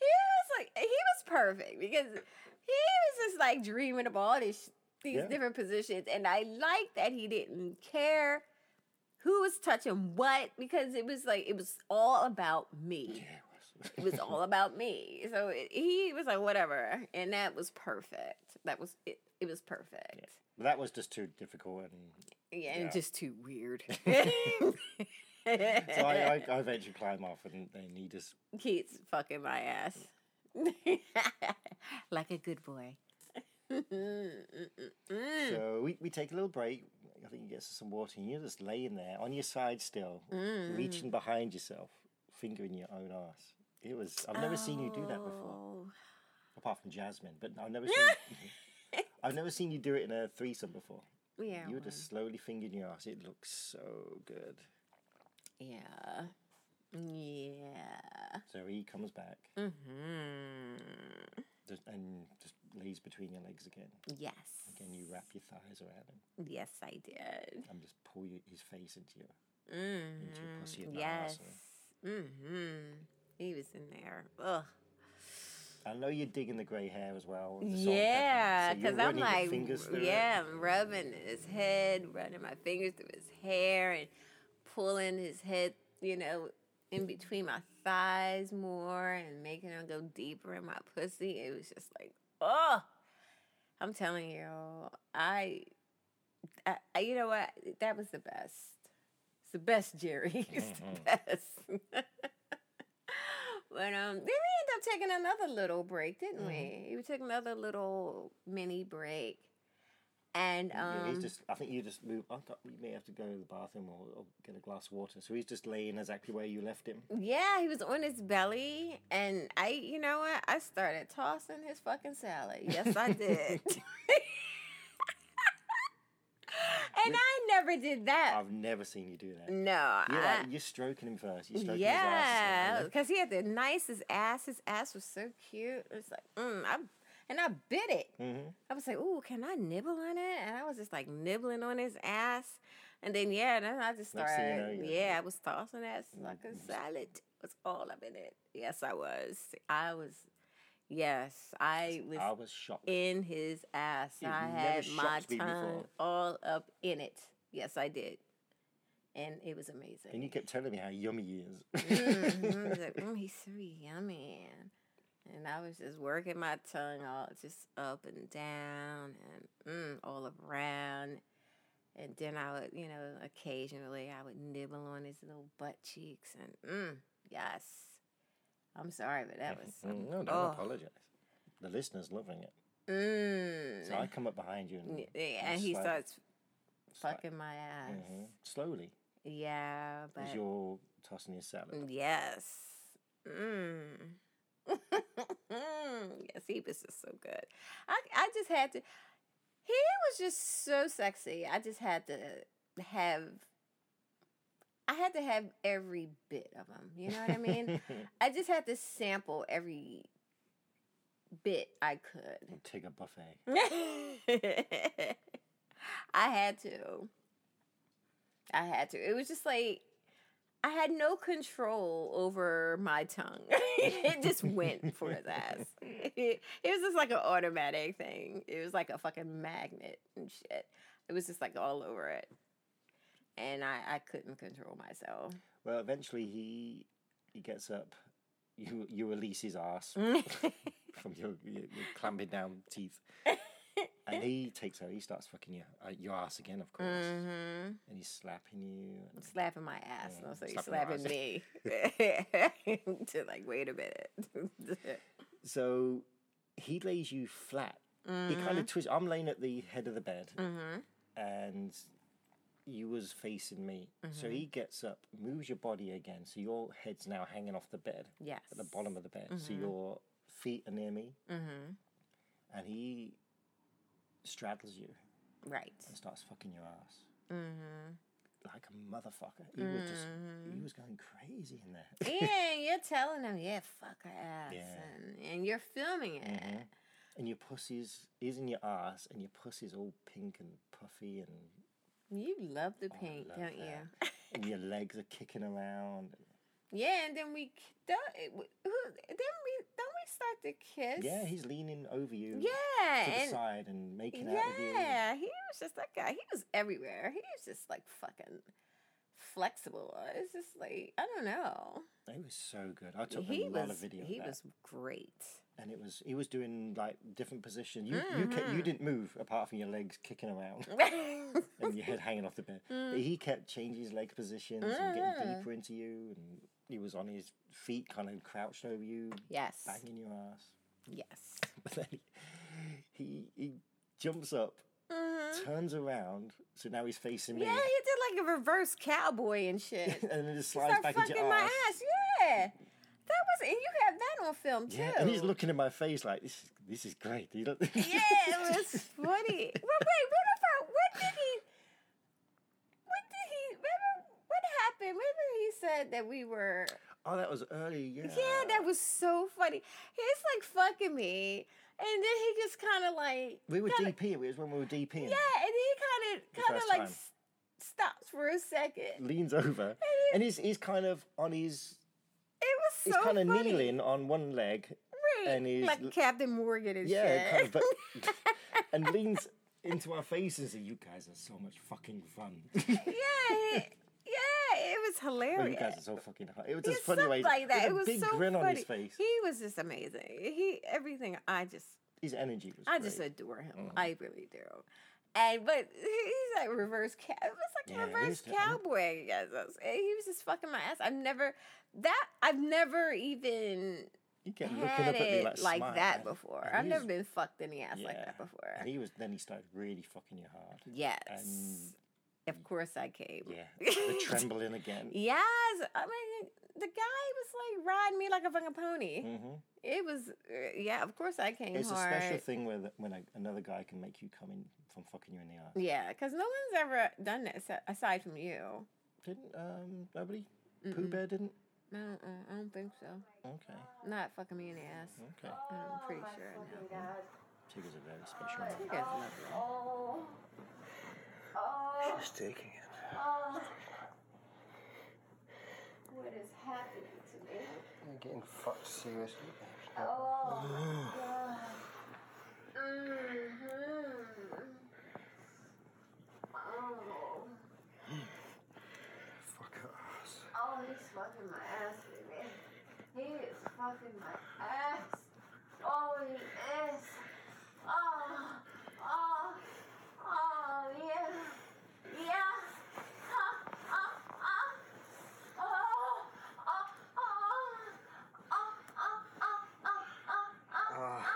[SPEAKER 2] he was like he was perfect because he was just like dreaming of all these these
[SPEAKER 1] Yeah.
[SPEAKER 2] different positions, and I liked that he didn't care who was touching what because it was like it was all about me. It was all about me. So it, he was like whatever, and that was perfect. That was it. It was perfect.
[SPEAKER 1] But that was just too difficult, and
[SPEAKER 2] Yeah, and
[SPEAKER 1] Yeah.
[SPEAKER 2] just too weird.
[SPEAKER 1] so I, I, I eventually climb off, and then he just
[SPEAKER 2] Keats fucking my ass. like a good boy.
[SPEAKER 1] So we, we take a little break. I think he gets us some water, and you're just laying there on your side still,
[SPEAKER 2] Mm.
[SPEAKER 1] reaching behind yourself, fingering your own ass. It was I've never seen you do that before,
[SPEAKER 2] Oh.
[SPEAKER 1] apart from Jasmine. But I've never seen I've never seen you do it in a threesome before.
[SPEAKER 2] Yeah.
[SPEAKER 1] You
[SPEAKER 2] well,
[SPEAKER 1] were just slowly fingering your ass. It looks so good.
[SPEAKER 2] Yeah. Yeah. Mm-hmm.
[SPEAKER 1] So he comes back just, and just lays between your legs again,
[SPEAKER 2] Yes.
[SPEAKER 1] and you wrap your thighs around him
[SPEAKER 2] Yes, I did. Mm-hmm.
[SPEAKER 1] and just pull your, his face into your into your pussy and
[SPEAKER 2] Mm, Yes.
[SPEAKER 1] ass. and-
[SPEAKER 2] Mm-hmm. He was in there. Ugh.
[SPEAKER 1] I know you're digging the grey hair as well. and the salt
[SPEAKER 2] Yeah,
[SPEAKER 1] pepper, so you're
[SPEAKER 2] because I'm
[SPEAKER 1] running your
[SPEAKER 2] like,
[SPEAKER 1] fingers through it.
[SPEAKER 2] yeah, I'm rubbing his head, running my fingers through his hair, and pulling his head, you know, in between my thighs more, and making him go deeper in my pussy. It was just like, oh, I'm telling you, I I, I- you know what? That was the best. It's the best, Jerry. It's the best.
[SPEAKER 1] Mm-hmm.
[SPEAKER 2] but um, then we ended up taking another little break, didn't we? We took another little mini break, and
[SPEAKER 1] Yeah,
[SPEAKER 2] um,
[SPEAKER 1] he's just. I think you just move. I thought you may have to go to the bathroom or, or get a glass of water. So he's just laying exactly where you left him.
[SPEAKER 2] um, Yeah, he was on his belly, and I, you know what? I started tossing his fucking salad. Yes, I did. and I never did that.
[SPEAKER 1] I've never seen you do that.
[SPEAKER 2] No,
[SPEAKER 1] You're,
[SPEAKER 2] I-
[SPEAKER 1] like, you're stroking him first. You're stroking
[SPEAKER 2] yeah,
[SPEAKER 1] his ass.
[SPEAKER 2] because he had the nicest ass. His ass was so cute. It's like, mm, I, and I bit it.
[SPEAKER 1] Mm-hmm.
[SPEAKER 2] I was like, "Ooh, can I nibble on it?" And I was just like nibbling on his ass, and then yeah, then I just
[SPEAKER 1] Next thing you know,
[SPEAKER 2] started.
[SPEAKER 1] you're- Mm-hmm.
[SPEAKER 2] yeah, I was tossing that fucking salad. Was all up in it. Yes, I was. I was. Yes, I was
[SPEAKER 1] I was shocked.
[SPEAKER 2] in his ass.
[SPEAKER 1] You've
[SPEAKER 2] I
[SPEAKER 1] never
[SPEAKER 2] had my
[SPEAKER 1] shocked me before.
[SPEAKER 2] tongue all up in it. Yes, I did, and it was amazing.
[SPEAKER 1] and you kept telling me how yummy he is.
[SPEAKER 2] I was like, mm, he's so yummy. And, and I was just working my tongue all just up and down and mm, all around. And then I would, you know, occasionally I would nibble on his little butt cheeks and mm, yes. I'm sorry, but that was
[SPEAKER 1] Mm, no, don't
[SPEAKER 2] Oh.
[SPEAKER 1] apologize. The listener's loving it.
[SPEAKER 2] mm.
[SPEAKER 1] Mm-hmm. So I come up behind you and,
[SPEAKER 2] And he
[SPEAKER 1] slap-
[SPEAKER 2] starts
[SPEAKER 1] slap-
[SPEAKER 2] fucking my ass.
[SPEAKER 1] Mhm. slowly
[SPEAKER 2] Yeah, but
[SPEAKER 1] as you're tossing your salad.
[SPEAKER 2] Yes. Mm. yes, he was just so good. I I just had to. He was just so sexy. I just had to have. I had to have every bit of him. You know what I mean? I just had to sample every bit I could.
[SPEAKER 1] Take a buffet.
[SPEAKER 2] I had to. I had to. It was just like I had no control over my tongue. it just went for his ass. it was just like an automatic thing. It was like a fucking magnet and shit. It was just like all over it. And I, I couldn't control myself.
[SPEAKER 1] Well, eventually he he gets up. You you release his ass from your, your, your clamping down teeth, and he takes out. He starts fucking your uh, your ass again, of course,
[SPEAKER 2] Mm-hmm.
[SPEAKER 1] and he's slapping you. And
[SPEAKER 2] Slapping my ass. and I was like,
[SPEAKER 1] slapping
[SPEAKER 2] slapping me. to like, wait a minute.
[SPEAKER 1] so he lays you flat. He kind of twists. I'm laying at the head of the bed, and you was facing me. So he gets up, moves your body again. So your head's now hanging off the bed.
[SPEAKER 2] Yes.
[SPEAKER 1] At the bottom of the bed.
[SPEAKER 2] Mm-hmm.
[SPEAKER 1] So your feet are near me. Mm-hmm. And he straddles you
[SPEAKER 2] right.
[SPEAKER 1] and starts fucking your ass. Mm-hmm. Like a motherfucker. He was just, he was going crazy in there.
[SPEAKER 2] and you're telling them, yeah, fuck her ass.
[SPEAKER 1] Yeah. Mm-hmm.
[SPEAKER 2] And, and you're filming it.
[SPEAKER 1] and your pussy's is in your ass, and your pussy's all pink and puffy, and,
[SPEAKER 2] You love the pink,
[SPEAKER 1] Oh, love
[SPEAKER 2] don't
[SPEAKER 1] that.
[SPEAKER 2] you?
[SPEAKER 1] and your legs are kicking around.
[SPEAKER 2] Yeah, and then we k- don't. it- w- who- Then we don't we start to kiss.
[SPEAKER 1] Yeah, he's leaning over you
[SPEAKER 2] yeah,
[SPEAKER 1] to the
[SPEAKER 2] and
[SPEAKER 1] side and making out with you.
[SPEAKER 2] yeah, he was just that guy. He was everywhere. He was just like fucking flexible. It's just like I don't know.
[SPEAKER 1] It was so good. I took
[SPEAKER 2] he
[SPEAKER 1] a lot
[SPEAKER 2] was
[SPEAKER 1] of video. of
[SPEAKER 2] he
[SPEAKER 1] that.
[SPEAKER 2] was great.
[SPEAKER 1] and it was he was doing like different positions. You you kept,
[SPEAKER 2] Hmm.
[SPEAKER 1] you didn't move apart from your legs kicking around
[SPEAKER 2] Mm,
[SPEAKER 1] and your head hanging off the bed. But
[SPEAKER 2] Hmm.
[SPEAKER 1] he kept changing his leg positions and getting deeper into you, and he was on his feet, kind of crouched over you,
[SPEAKER 2] Yes.
[SPEAKER 1] banging your ass.
[SPEAKER 2] Yes.
[SPEAKER 1] But then he, he, he jumps up,
[SPEAKER 2] Mm-hmm.
[SPEAKER 1] turns around, so now he's facing me,
[SPEAKER 2] Hmm? Yeah, he did like a reverse cowboy and shit.
[SPEAKER 1] and then just slides
[SPEAKER 2] Start
[SPEAKER 1] back into
[SPEAKER 2] fucking
[SPEAKER 1] your
[SPEAKER 2] my
[SPEAKER 1] ass.
[SPEAKER 2] ass. Yeah. That was, and you have that on film too.
[SPEAKER 1] Yeah, and he's looking at my face like this. Is, this is great. You don't-
[SPEAKER 2] Yeah, it was funny. But wait, what about what did he? What did he? Remember what happened? Remember he said that we were.
[SPEAKER 1] oh, that was early. Yeah.
[SPEAKER 2] Yeah, that
[SPEAKER 1] Uh.
[SPEAKER 2] was so funny. He's like fucking me, and then he just kind of like
[SPEAKER 1] we were
[SPEAKER 2] kinda-
[SPEAKER 1] DP. It was when we were DPing.
[SPEAKER 2] Yeah, and he kind
[SPEAKER 1] The
[SPEAKER 2] of kind
[SPEAKER 1] first
[SPEAKER 2] of like
[SPEAKER 1] time.
[SPEAKER 2] s- stops for a second.
[SPEAKER 1] Leans over, and he's he's kind of on his.
[SPEAKER 2] It was so
[SPEAKER 1] He's kind of
[SPEAKER 2] funny.
[SPEAKER 1] kneeling on one leg.
[SPEAKER 2] Right,
[SPEAKER 1] and he's
[SPEAKER 2] like Captain Morgan and
[SPEAKER 1] Yeah,
[SPEAKER 2] shit.
[SPEAKER 1] kind of, but, and leans into our faces and says, "You guys are so much fucking fun."
[SPEAKER 2] yeah, it, yeah, it was
[SPEAKER 1] Oh,
[SPEAKER 2] hilarious.
[SPEAKER 1] you guys are so fucking hot. It was
[SPEAKER 2] It's
[SPEAKER 1] just funny way.
[SPEAKER 2] like that.
[SPEAKER 1] there's
[SPEAKER 2] It
[SPEAKER 1] a
[SPEAKER 2] was
[SPEAKER 1] big
[SPEAKER 2] so
[SPEAKER 1] grin
[SPEAKER 2] funny.
[SPEAKER 1] on his face.
[SPEAKER 2] He was just amazing. He everything. I just,
[SPEAKER 1] His energy was.
[SPEAKER 2] I just
[SPEAKER 1] great. Mm-hmm.
[SPEAKER 2] adore him. I really do. And but he's like reverse cow. It was like
[SPEAKER 1] Yeah,
[SPEAKER 2] reverse
[SPEAKER 1] he's-
[SPEAKER 2] cowboy. I guess I was- he was just fucking my ass. I've never that. I've never even
[SPEAKER 1] You kept looking up
[SPEAKER 2] had
[SPEAKER 1] at me
[SPEAKER 2] it
[SPEAKER 1] like,
[SPEAKER 2] like,
[SPEAKER 1] smart,
[SPEAKER 2] that
[SPEAKER 1] man.
[SPEAKER 2] before.
[SPEAKER 1] And
[SPEAKER 2] I've
[SPEAKER 1] he
[SPEAKER 2] never
[SPEAKER 1] was-
[SPEAKER 2] been fucked in the ass like
[SPEAKER 1] Yeah.
[SPEAKER 2] that before.
[SPEAKER 1] And he was then he started really fucking you hard.
[SPEAKER 2] yes, of course I came.
[SPEAKER 1] Yeah, the trembling again.
[SPEAKER 2] Yes, I mean the guy was like riding me like a fucking pony.
[SPEAKER 1] Mm-hmm.
[SPEAKER 2] It was, uh, yeah. Of course, I came
[SPEAKER 1] Mm. It's
[SPEAKER 2] hard.
[SPEAKER 1] a special thing where the, when a, another guy can make you come in from fucking you in the eye.
[SPEAKER 2] Yeah, because no one's ever done that asi- aside from you.
[SPEAKER 1] Didn't um nobody? Pooh Bear didn't.
[SPEAKER 2] No, uh, I don't think so.
[SPEAKER 1] Okay,
[SPEAKER 2] Not fucking me in the ass.
[SPEAKER 1] okay.
[SPEAKER 2] I'm pretty sure. No.
[SPEAKER 1] Tigger's a very special man.
[SPEAKER 2] You guys love
[SPEAKER 3] Oh,
[SPEAKER 2] me.
[SPEAKER 4] She's taking it.
[SPEAKER 3] oh. What is happening to me?
[SPEAKER 6] You're getting fucked seriously.
[SPEAKER 3] Oh, Mm-hmm. Oh.
[SPEAKER 6] Fuck her ass.
[SPEAKER 3] Oh, he's fucking my ass, baby. He is fucking my ass. Oh, he is. Oh, oh, oh, yeah. Yeah. Ah, ah, ah. Oh, oh, oh. Oh, oh, oh, oh, oh, oh.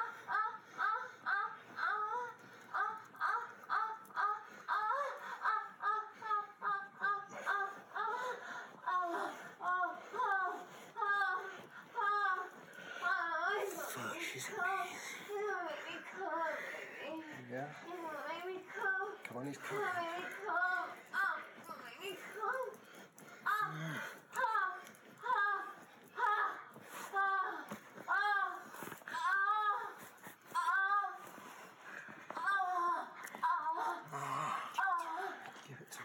[SPEAKER 6] Yeah? Come on, he's coming. Give it to her.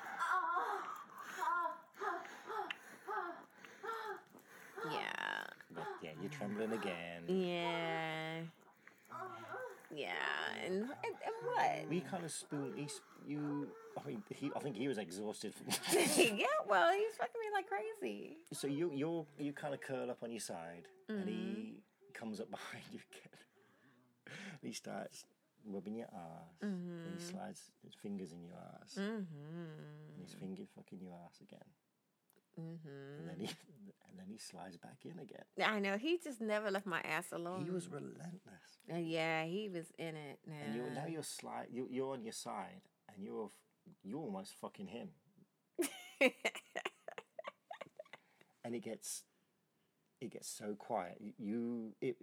[SPEAKER 2] Yeah.
[SPEAKER 1] But yeah, you're trembling again.
[SPEAKER 2] Yeah.
[SPEAKER 3] Uh-huh.
[SPEAKER 2] Yeah. And, and, and what?
[SPEAKER 1] We kind of spoon. He, sp- you. I mean, he. I think he was exhausted. From,
[SPEAKER 2] yeah, well, he's fucking me like crazy.
[SPEAKER 1] so you, you're, you kind of curl up on your side, and he comes up behind you again. and he starts rubbing your ass. And he slides his fingers in your ass.
[SPEAKER 2] Mm.
[SPEAKER 1] Mm-hmm. And his finger fucking your ass again. Mm-hmm. And then he,
[SPEAKER 2] Mm.
[SPEAKER 1] and then he slides back in again.
[SPEAKER 2] I know. He just never left my ass alone.
[SPEAKER 1] He was relentless.
[SPEAKER 2] Uh, yeah, he was in it now.
[SPEAKER 1] And you're, now you're slide. You're, you're on your side, and you're f- you're almost fucking him. and it gets it gets so quiet. Y- You it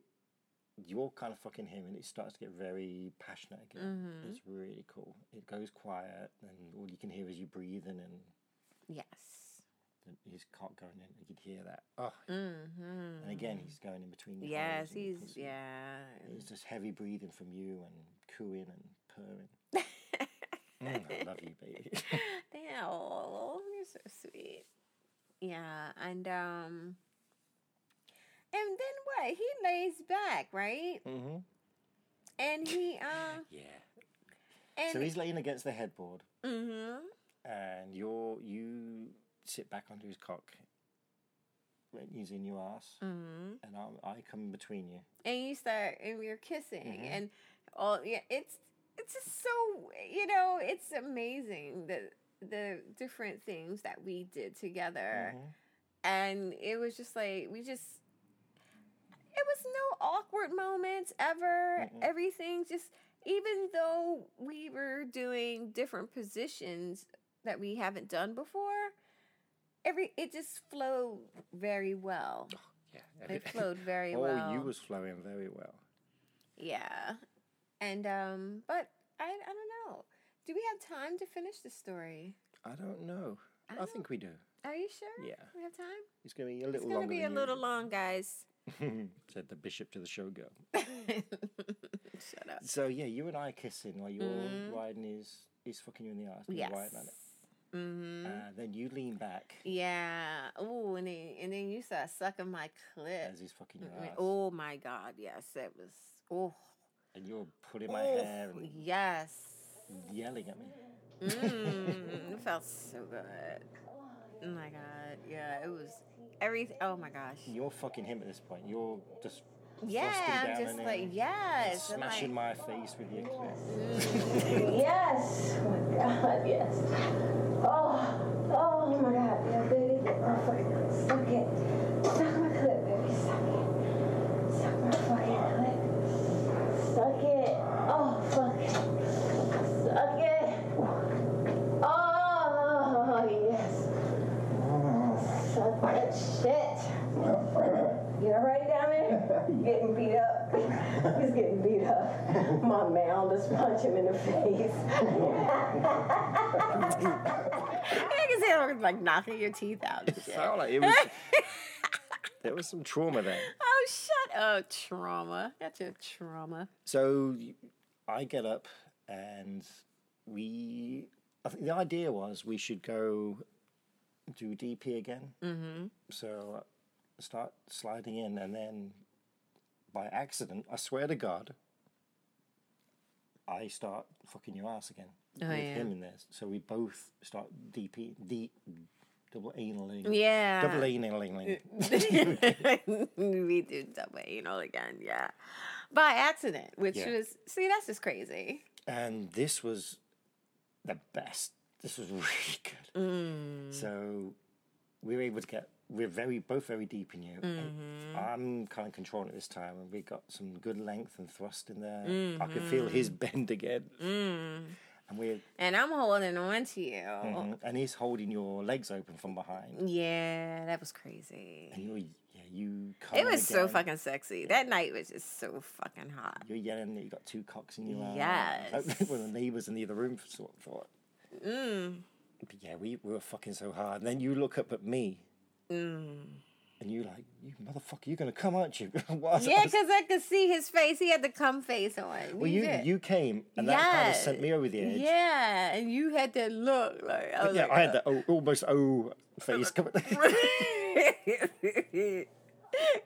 [SPEAKER 1] you're kind of fucking him, and it starts to get very passionate again.
[SPEAKER 2] Mm-hmm.
[SPEAKER 1] It's really cool. It goes quiet, and all you can hear is you breathing and.
[SPEAKER 2] yes.
[SPEAKER 1] and His cock going in, you could hear that. Oh, Mm-hmm. and again he's going in between. your
[SPEAKER 2] Yes,
[SPEAKER 1] hands and
[SPEAKER 2] he's, yeah.
[SPEAKER 1] it's just heavy breathing from you and cooing and purring. Mm, I love you, baby.
[SPEAKER 2] Damn, oh, you're so sweet. Yeah, and um, and then what? He lays back, right? Mm-hmm. And he um,
[SPEAKER 1] yeah.
[SPEAKER 2] and
[SPEAKER 1] So he's laying against the headboard. Mm-hmm. And you're you sit back onto his cock. right, He's in your ass,
[SPEAKER 2] Mm.
[SPEAKER 1] mm-hmm. and I, I come between you.
[SPEAKER 2] and you start and we are kissing
[SPEAKER 1] Mm-hmm.
[SPEAKER 2] and all yeah it's it's just so you know it's amazing the the different things that we did
[SPEAKER 1] Mm-hmm.
[SPEAKER 2] together and it was just like we just it was no awkward moments ever
[SPEAKER 1] Mm-hmm.
[SPEAKER 2] everything just even though we were doing different positions that we haven't done before every it just flowed very well
[SPEAKER 1] Yeah,
[SPEAKER 2] it flowed very
[SPEAKER 1] oh,
[SPEAKER 2] well
[SPEAKER 1] you was flowing very well.
[SPEAKER 2] yeah. And um but I I don't know. Do we have time to finish the story?
[SPEAKER 1] I don't know. I, think we do.
[SPEAKER 2] Are you sure?
[SPEAKER 1] Yeah.
[SPEAKER 2] We have time?
[SPEAKER 1] It's going to be a little
[SPEAKER 2] It's gonna
[SPEAKER 1] longer.
[SPEAKER 2] be a
[SPEAKER 1] than
[SPEAKER 2] little
[SPEAKER 1] usual,
[SPEAKER 2] long, guys.
[SPEAKER 1] Said the bishop to the showgirl.
[SPEAKER 2] Shut up.
[SPEAKER 1] So yeah, you and I are kissing while you're riding his he's fucking you in the ass. but
[SPEAKER 2] Mm-hmm. Yes. Mm-hmm.
[SPEAKER 1] You're riding on it. Uh, then you lean back
[SPEAKER 2] Yeah. Oh, and then and then you start sucking my clit.
[SPEAKER 1] as he's fucking your
[SPEAKER 2] I mean,
[SPEAKER 1] ass,
[SPEAKER 2] oh my god, yes, it was oh,
[SPEAKER 1] and you're pulling my
[SPEAKER 2] oh,
[SPEAKER 1] hair and
[SPEAKER 2] yes. Mm-hmm.
[SPEAKER 1] yelling at me.
[SPEAKER 2] It felt so good. Oh my god. Yeah, it was everything oh my gosh.
[SPEAKER 1] You're fucking him at this point. You're just
[SPEAKER 2] Yeah,
[SPEAKER 1] down
[SPEAKER 2] I'm just
[SPEAKER 1] in
[SPEAKER 2] like,
[SPEAKER 1] there.
[SPEAKER 2] yes. I'm
[SPEAKER 1] smashing
[SPEAKER 2] like,
[SPEAKER 1] my face with your clip.
[SPEAKER 3] Yes. Oh my God. Yes. Oh. Oh my God. Yeah, baby. Oh fucking God. Suck it. Suck my clip, baby. Suck it. Suck my fucking clip. Suck it. Oh fuck. Suck it. Oh yes. Suck that shit. You all right down there? Getting beat up. He's getting beat up. My man, I'll just punch him in the face.
[SPEAKER 2] I can see like knocking your teeth out. and shit.
[SPEAKER 1] Sound like it was. there was some trauma there.
[SPEAKER 2] Oh, shut up, trauma. That's your trauma.
[SPEAKER 1] So I get up and we. I think the idea was we should go do DP again. Mm-hmm. So I start sliding in, and then by accident, I swear to God, I start fucking your ass again
[SPEAKER 2] Oh,
[SPEAKER 1] with
[SPEAKER 2] yeah.
[SPEAKER 1] him in there. So we both start DP D double analing.
[SPEAKER 2] Yeah.
[SPEAKER 1] Double analing.
[SPEAKER 2] we do double anal again, yeah. By accident, which
[SPEAKER 1] Yeah.
[SPEAKER 2] was, see, that's just crazy.
[SPEAKER 1] and this was the best. This was really good.
[SPEAKER 2] Mm.
[SPEAKER 1] So we were able to get. We're very both very deep in you.
[SPEAKER 2] Mm-hmm.
[SPEAKER 1] And I'm kind of controlling it this time, and we got some good length and thrust in there. I could feel his
[SPEAKER 2] Mm-hmm.
[SPEAKER 1] bend again,
[SPEAKER 2] Mm.
[SPEAKER 1] and we're mm-hmm.
[SPEAKER 2] And I'm holding on to you.
[SPEAKER 1] and he's holding your legs open from
[SPEAKER 2] Mm.
[SPEAKER 1] behind,
[SPEAKER 2] Yeah, that was crazy.
[SPEAKER 1] and you're yeah you.
[SPEAKER 2] It
[SPEAKER 1] coming
[SPEAKER 2] was so
[SPEAKER 1] again.
[SPEAKER 2] fucking sexy. That night was just so fucking hot.
[SPEAKER 1] You're yelling that you got two cocks in your
[SPEAKER 2] Yes.
[SPEAKER 1] arm. Like, when the neighbours in the other room sort of thought. Mm. But yeah, we, we were fucking so hard. And then you look up at me. Mm. And you like, you motherfucker, you're going to come, aren't you? What?
[SPEAKER 2] Yeah, because I could see his face. He had the cum face on.
[SPEAKER 1] well, you,
[SPEAKER 2] did.
[SPEAKER 1] you came and that kind of sent
[SPEAKER 2] Yes.
[SPEAKER 1] me over the edge.
[SPEAKER 2] Yeah, and you had that look. Like, I
[SPEAKER 1] But
[SPEAKER 2] was
[SPEAKER 1] yeah,
[SPEAKER 2] like, uh,
[SPEAKER 1] I had that oh, almost oh face coming.
[SPEAKER 2] kind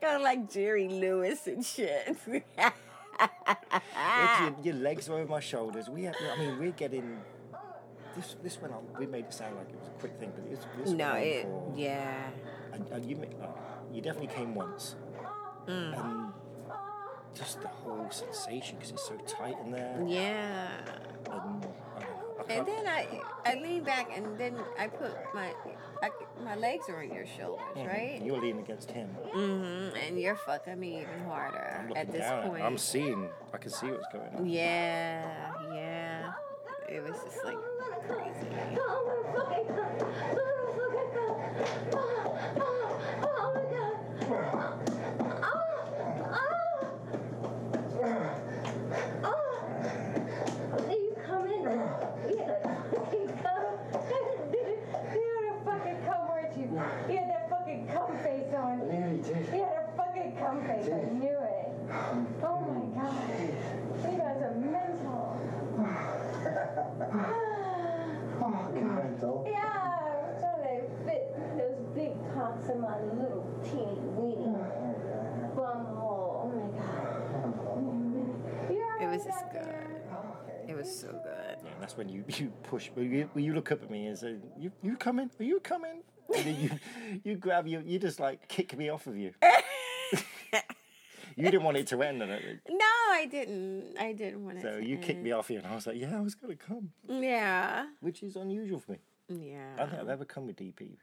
[SPEAKER 2] of uh, like Jerry Lewis and shit.
[SPEAKER 1] your, your legs were over my shoulders. We had, I mean, we're getting. This, this went on. We made it sound like it was a quick thing, but it's this
[SPEAKER 2] no,
[SPEAKER 1] went on
[SPEAKER 2] it.
[SPEAKER 1] for-
[SPEAKER 2] Yeah.
[SPEAKER 1] and, and you, ma- oh, you definitely came once.
[SPEAKER 2] Hmm.
[SPEAKER 1] And just the whole sensation because it's so tight in there.
[SPEAKER 2] Yeah.
[SPEAKER 1] And, I don't know, I
[SPEAKER 2] And
[SPEAKER 1] can't-
[SPEAKER 2] then I I leaned back and then I put my I, my legs are on your shoulders,
[SPEAKER 1] Mm-hmm.
[SPEAKER 2] right?
[SPEAKER 1] you're leaning against him.
[SPEAKER 2] Mm-hmm. And you're fucking me even harder
[SPEAKER 1] I'm looking
[SPEAKER 2] at this
[SPEAKER 1] down.
[SPEAKER 2] point.
[SPEAKER 1] I'm seeing. I can see what's going on.
[SPEAKER 2] yeah, yeah. It was just like crazy.
[SPEAKER 3] He had that fucking cum face on.
[SPEAKER 6] Yeah, he did.
[SPEAKER 3] He had a fucking cum face. I knew it. Oh my god. You guys are mental.
[SPEAKER 6] Oh, God. Though.
[SPEAKER 3] Yeah, I'm trying to fit those big cocks in my little teeny weeny bumhole. Oh my god. You're
[SPEAKER 2] It was
[SPEAKER 3] right
[SPEAKER 2] just
[SPEAKER 3] out there.
[SPEAKER 2] good. It was so good.
[SPEAKER 1] Yeah, and that's when you, you push. Well, you, well, you look up at me and say, "You you coming? Are you coming?" And then you you grab you you just like kick me off of you. you didn't want it to end, I don't think.
[SPEAKER 2] No, I didn't. I didn't want it.
[SPEAKER 1] So
[SPEAKER 2] to
[SPEAKER 1] you kicked
[SPEAKER 2] end.
[SPEAKER 1] me off you, and I was like, "Yeah, I was gonna come,"
[SPEAKER 2] Yeah.
[SPEAKER 1] which is unusual for me. I don't
[SPEAKER 2] Yeah.
[SPEAKER 1] think I've ever come with DP.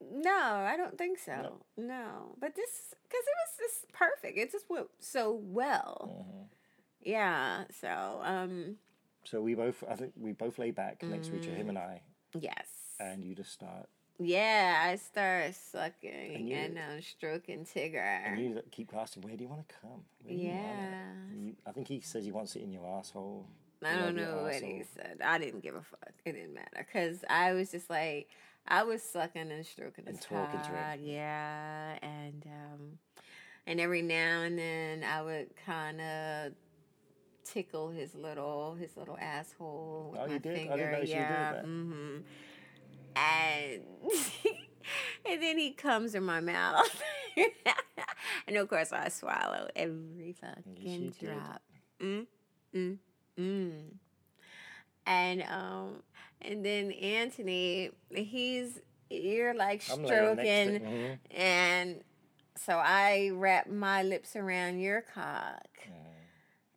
[SPEAKER 2] No, I don't think so. No. But this, because it was just perfect. It just went so well.
[SPEAKER 1] Mm-hmm.
[SPEAKER 2] Yeah. So, um,
[SPEAKER 1] So we both, I think we both lay back next to each other, him
[SPEAKER 2] Mm.
[SPEAKER 1] and I,
[SPEAKER 2] yes.
[SPEAKER 1] and you just start,
[SPEAKER 2] Yeah, I start
[SPEAKER 1] And
[SPEAKER 2] sucking
[SPEAKER 1] you-
[SPEAKER 2] and I'm stroking
[SPEAKER 1] and
[SPEAKER 2] Tigger.
[SPEAKER 1] you just keep asking, "Where do you want to come?" Where do you want it?"
[SPEAKER 2] Yeah.
[SPEAKER 1] You- I think he says he wants it in your asshole.
[SPEAKER 2] I
[SPEAKER 1] love
[SPEAKER 2] don't
[SPEAKER 1] your
[SPEAKER 2] know what he
[SPEAKER 1] asshole.
[SPEAKER 2] said. I didn't give a fuck. It didn't matter because I was just like, I was sucking and stroking
[SPEAKER 1] And
[SPEAKER 2] his
[SPEAKER 1] talking to him.
[SPEAKER 2] cock, Yeah, and um, and every now and then I would kind of tickle his little his little asshole with
[SPEAKER 1] Oh, you
[SPEAKER 2] my
[SPEAKER 1] did? I didn't
[SPEAKER 2] finger.
[SPEAKER 1] notice you did
[SPEAKER 2] yeah.
[SPEAKER 1] that.
[SPEAKER 2] Mm-hmm. And and then he comes in my mouth. and of course I swallow every
[SPEAKER 1] you
[SPEAKER 2] fucking
[SPEAKER 1] did.
[SPEAKER 2] drop. Mm, mm, mm. And um and then Anthony, he's you're like
[SPEAKER 1] I'm laying next to-
[SPEAKER 2] stroking
[SPEAKER 1] Mhm.
[SPEAKER 2] and So I wrap my lips around your cock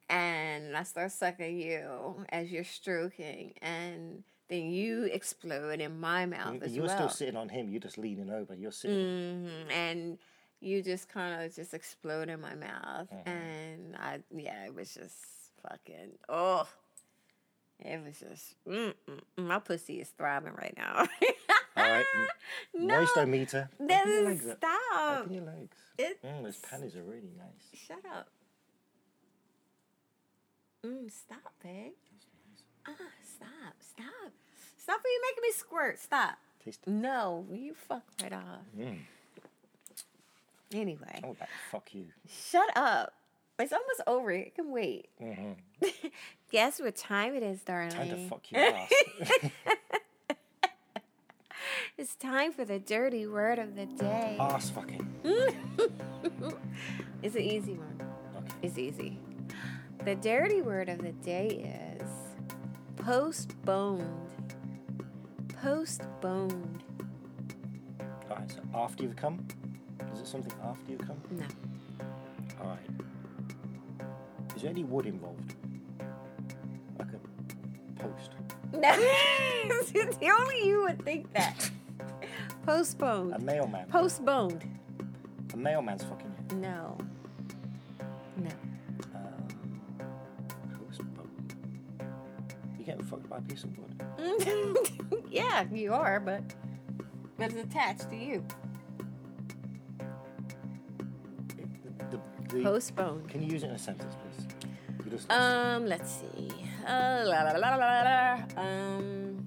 [SPEAKER 2] and I start sucking you as you're stroking, and then you explode in my mouth as
[SPEAKER 1] You're
[SPEAKER 2] well. Mm.
[SPEAKER 1] still sitting on him. You're just leaning over. You're sitting.
[SPEAKER 2] Mm-hmm. and you just kind of just explode in my mouth
[SPEAKER 1] Mm-hmm.
[SPEAKER 2] and i yeah it was just fucking oh it was just mm, mm, mm. my pussy is throbbing right now
[SPEAKER 1] All right. no. Moist meter.
[SPEAKER 2] that
[SPEAKER 1] your
[SPEAKER 2] is
[SPEAKER 1] legs up.
[SPEAKER 2] stop
[SPEAKER 1] Open your legs.
[SPEAKER 2] it
[SPEAKER 1] Mm, those panties are really nice.
[SPEAKER 2] shut up mm, stop babe uh, stop stop stop are you making me squirt stop
[SPEAKER 1] Taste.
[SPEAKER 2] Mm. no you fuck right off anyway
[SPEAKER 1] Mm. Oh, that fuck you.
[SPEAKER 2] Shut up. It's almost over. It can wait. Guess what time it is, darling?
[SPEAKER 1] Mm-hmm. Time to fuck your ass.
[SPEAKER 2] It's time for the dirty word of the day.
[SPEAKER 1] ass fucking.
[SPEAKER 2] It's an easy one.
[SPEAKER 1] Okay.
[SPEAKER 2] It's easy. The dirty word of the day is postponed. Postponed.
[SPEAKER 1] All right. So after you've come, is it something after you've come?
[SPEAKER 2] No.
[SPEAKER 1] All right. Is there any wood involved? Like a post.
[SPEAKER 2] No. Only you would think that.
[SPEAKER 1] A
[SPEAKER 2] Postponed.
[SPEAKER 1] mailman.
[SPEAKER 2] Postponed.
[SPEAKER 1] a mailman's fucking you.
[SPEAKER 2] No. No.
[SPEAKER 1] Um, post bone. You getting fucked by a piece of wood?
[SPEAKER 2] yeah, you are, but but it's attached to you.
[SPEAKER 1] The, the, the,
[SPEAKER 2] Postponed.
[SPEAKER 1] Can you use it in a sentence, please? You just
[SPEAKER 2] Um, let's see. Uh, la, la, la, la, la, la. Um.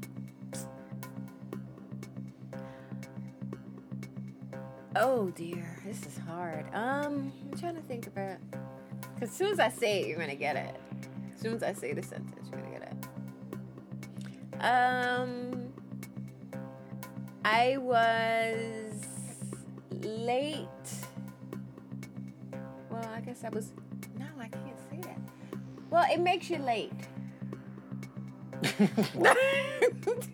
[SPEAKER 2] Oh dear, this is hard. Um, I'm trying to think about. Cause as soon as I say it, you're gonna get it. As soon as I say the sentence, you're gonna get it. Um. I was late. Well, I guess I was. No, I can't say that. Well, it makes you late.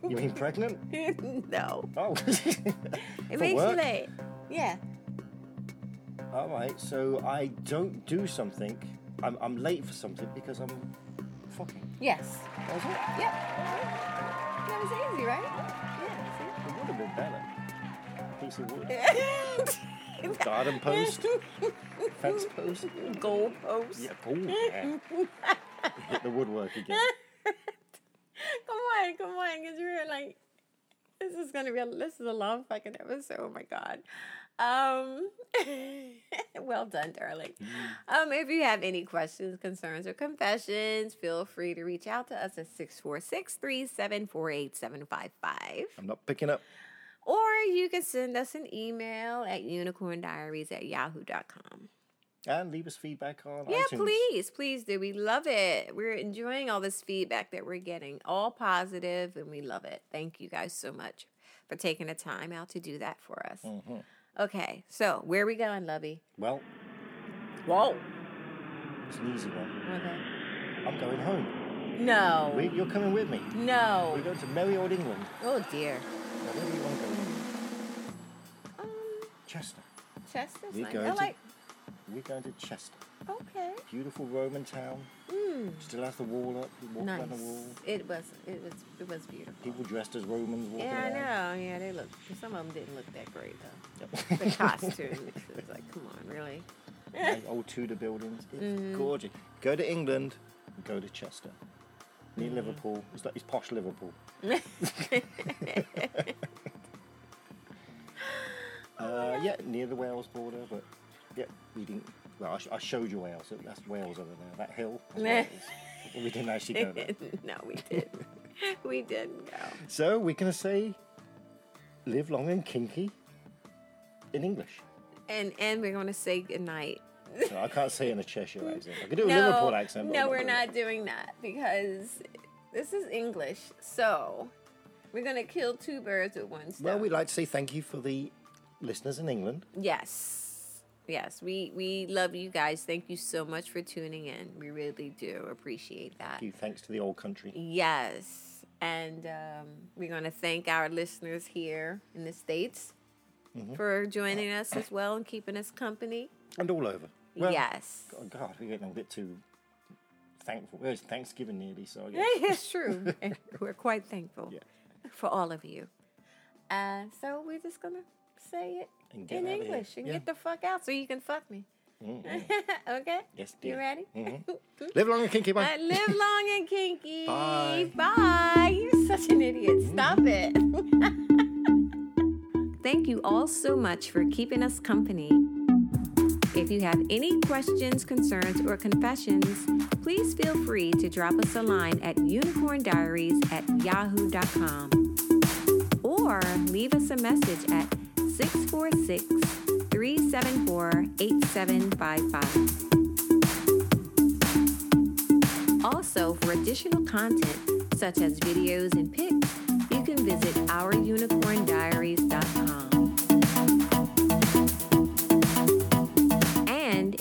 [SPEAKER 1] you mean pregnant?
[SPEAKER 2] no,
[SPEAKER 1] Oh. it
[SPEAKER 2] it makes you late. Yeah.
[SPEAKER 1] All right. So I don't do something. I'm, I'm late for something because I'm fucking.
[SPEAKER 2] Yes.
[SPEAKER 1] That was it.
[SPEAKER 2] Yep. That was easy, right? Yeah.
[SPEAKER 1] It would have been better. Piece of wood.
[SPEAKER 2] see?
[SPEAKER 1] Garden post. Fence post.
[SPEAKER 2] Goal post.
[SPEAKER 1] Yeah. Oh yeah. Hit the woodwork again.
[SPEAKER 2] Come on, come on, because we were like, this is gonna be a this is a long fucking episode. Oh my god. Um well done, darling. Um, if you have any questions, concerns, or confessions, feel free to reach out to us at 646-374-8755.
[SPEAKER 1] I'm not picking up.
[SPEAKER 2] Or you can send us an email at unicorndiaries at yahoo.com.
[SPEAKER 1] And leave us feedback on
[SPEAKER 2] Yeah,
[SPEAKER 1] iTunes.
[SPEAKER 2] please, please do. We love it. We're enjoying all this feedback that we're getting, all positive, and we love it. Thank you guys so much for taking the time out to do that for us.
[SPEAKER 1] Mm.
[SPEAKER 2] Okay, so where we going, Lovey?
[SPEAKER 1] Mm-hmm. Well,
[SPEAKER 2] Whoa.
[SPEAKER 1] it's an easy one.
[SPEAKER 2] Okay.
[SPEAKER 1] I'm going home.
[SPEAKER 2] No.
[SPEAKER 1] We, you're coming with me. We're
[SPEAKER 2] no.
[SPEAKER 1] going to merry old England.
[SPEAKER 2] Oh dear.
[SPEAKER 1] Now, where do you want to go? in England?
[SPEAKER 2] Um,
[SPEAKER 1] Chester.
[SPEAKER 2] Chester's
[SPEAKER 1] We
[SPEAKER 2] nice.
[SPEAKER 1] go
[SPEAKER 2] I
[SPEAKER 1] to-
[SPEAKER 2] like.
[SPEAKER 1] We're going to Chester.
[SPEAKER 2] Okay.
[SPEAKER 1] Beautiful Roman town.
[SPEAKER 2] Mm,
[SPEAKER 1] Still has the wall up. You walk
[SPEAKER 2] nice.
[SPEAKER 1] around the wall.
[SPEAKER 2] It was. It was. It was beautiful.
[SPEAKER 1] People dressed as Romans walking
[SPEAKER 2] Yeah, I
[SPEAKER 1] around.
[SPEAKER 2] know. Yeah, they look. Some of them didn't look that great though.
[SPEAKER 1] I
[SPEAKER 2] The costumes. it was like, come on, really?
[SPEAKER 1] old Tudor buildings. It's
[SPEAKER 2] Mm.
[SPEAKER 1] gorgeous. Go to England. Go to Chester. Near
[SPEAKER 2] Mm.
[SPEAKER 1] Liverpool. It's like it's posh Liverpool. Uh, yeah, near the Wales border, but yeah, we didn't. Well, I, sh- I showed you Wales. so That's Wales over there. That hill. is Wales. we didn't actually go there.
[SPEAKER 2] no, we didn't. we didn't go.
[SPEAKER 1] So we're gonna say, live long and kinky. In English.
[SPEAKER 2] And and we're gonna say goodnight.
[SPEAKER 1] No, I can't say in a Cheshire accent. I could do a
[SPEAKER 2] No,
[SPEAKER 1] Liverpool accent. but
[SPEAKER 2] no,
[SPEAKER 1] I'm
[SPEAKER 2] we're
[SPEAKER 1] doing that.
[SPEAKER 2] not doing that because this is English. So we're gonna kill two birds with one stone.
[SPEAKER 1] Well, we'd like to say thank you for the listeners in England.
[SPEAKER 2] yes, yes, we we love you guys. Thank you so much for tuning in. We really do appreciate that.
[SPEAKER 1] Thank you, thanks to the old country.
[SPEAKER 2] Yes. And um, we're going to thank our listeners here in the States
[SPEAKER 1] Mm-hmm.
[SPEAKER 2] for joining us as well and keeping us company.
[SPEAKER 1] And all over.
[SPEAKER 2] yes.
[SPEAKER 1] Oh, God, we're getting a bit too thankful. Well, it's Thanksgiving nearly, so I guess.
[SPEAKER 2] it's true. And We're quite thankful
[SPEAKER 1] Yeah.
[SPEAKER 2] for all of you. Uh, so we're just going to say it
[SPEAKER 1] And get
[SPEAKER 2] in
[SPEAKER 1] outta here.
[SPEAKER 2] English and
[SPEAKER 1] Yeah.
[SPEAKER 2] get the fuck out so you can fuck me. okay?
[SPEAKER 1] Yes,
[SPEAKER 2] You
[SPEAKER 1] dear. Mm.
[SPEAKER 2] ready?
[SPEAKER 1] Live long and kinky, bye.
[SPEAKER 2] Uh, live long and kinky.
[SPEAKER 1] Bye.
[SPEAKER 2] Bye. You're such an idiot. Stop it. Thank you all so much for keeping us company. If you have any questions, concerns, or confessions, please feel free to drop us a line at unicorndiaries at yahoo.com or leave us a message at 646 374 8755. Also, for additional content, such as videos and pics, you can visit ourunicorndiaries.com. And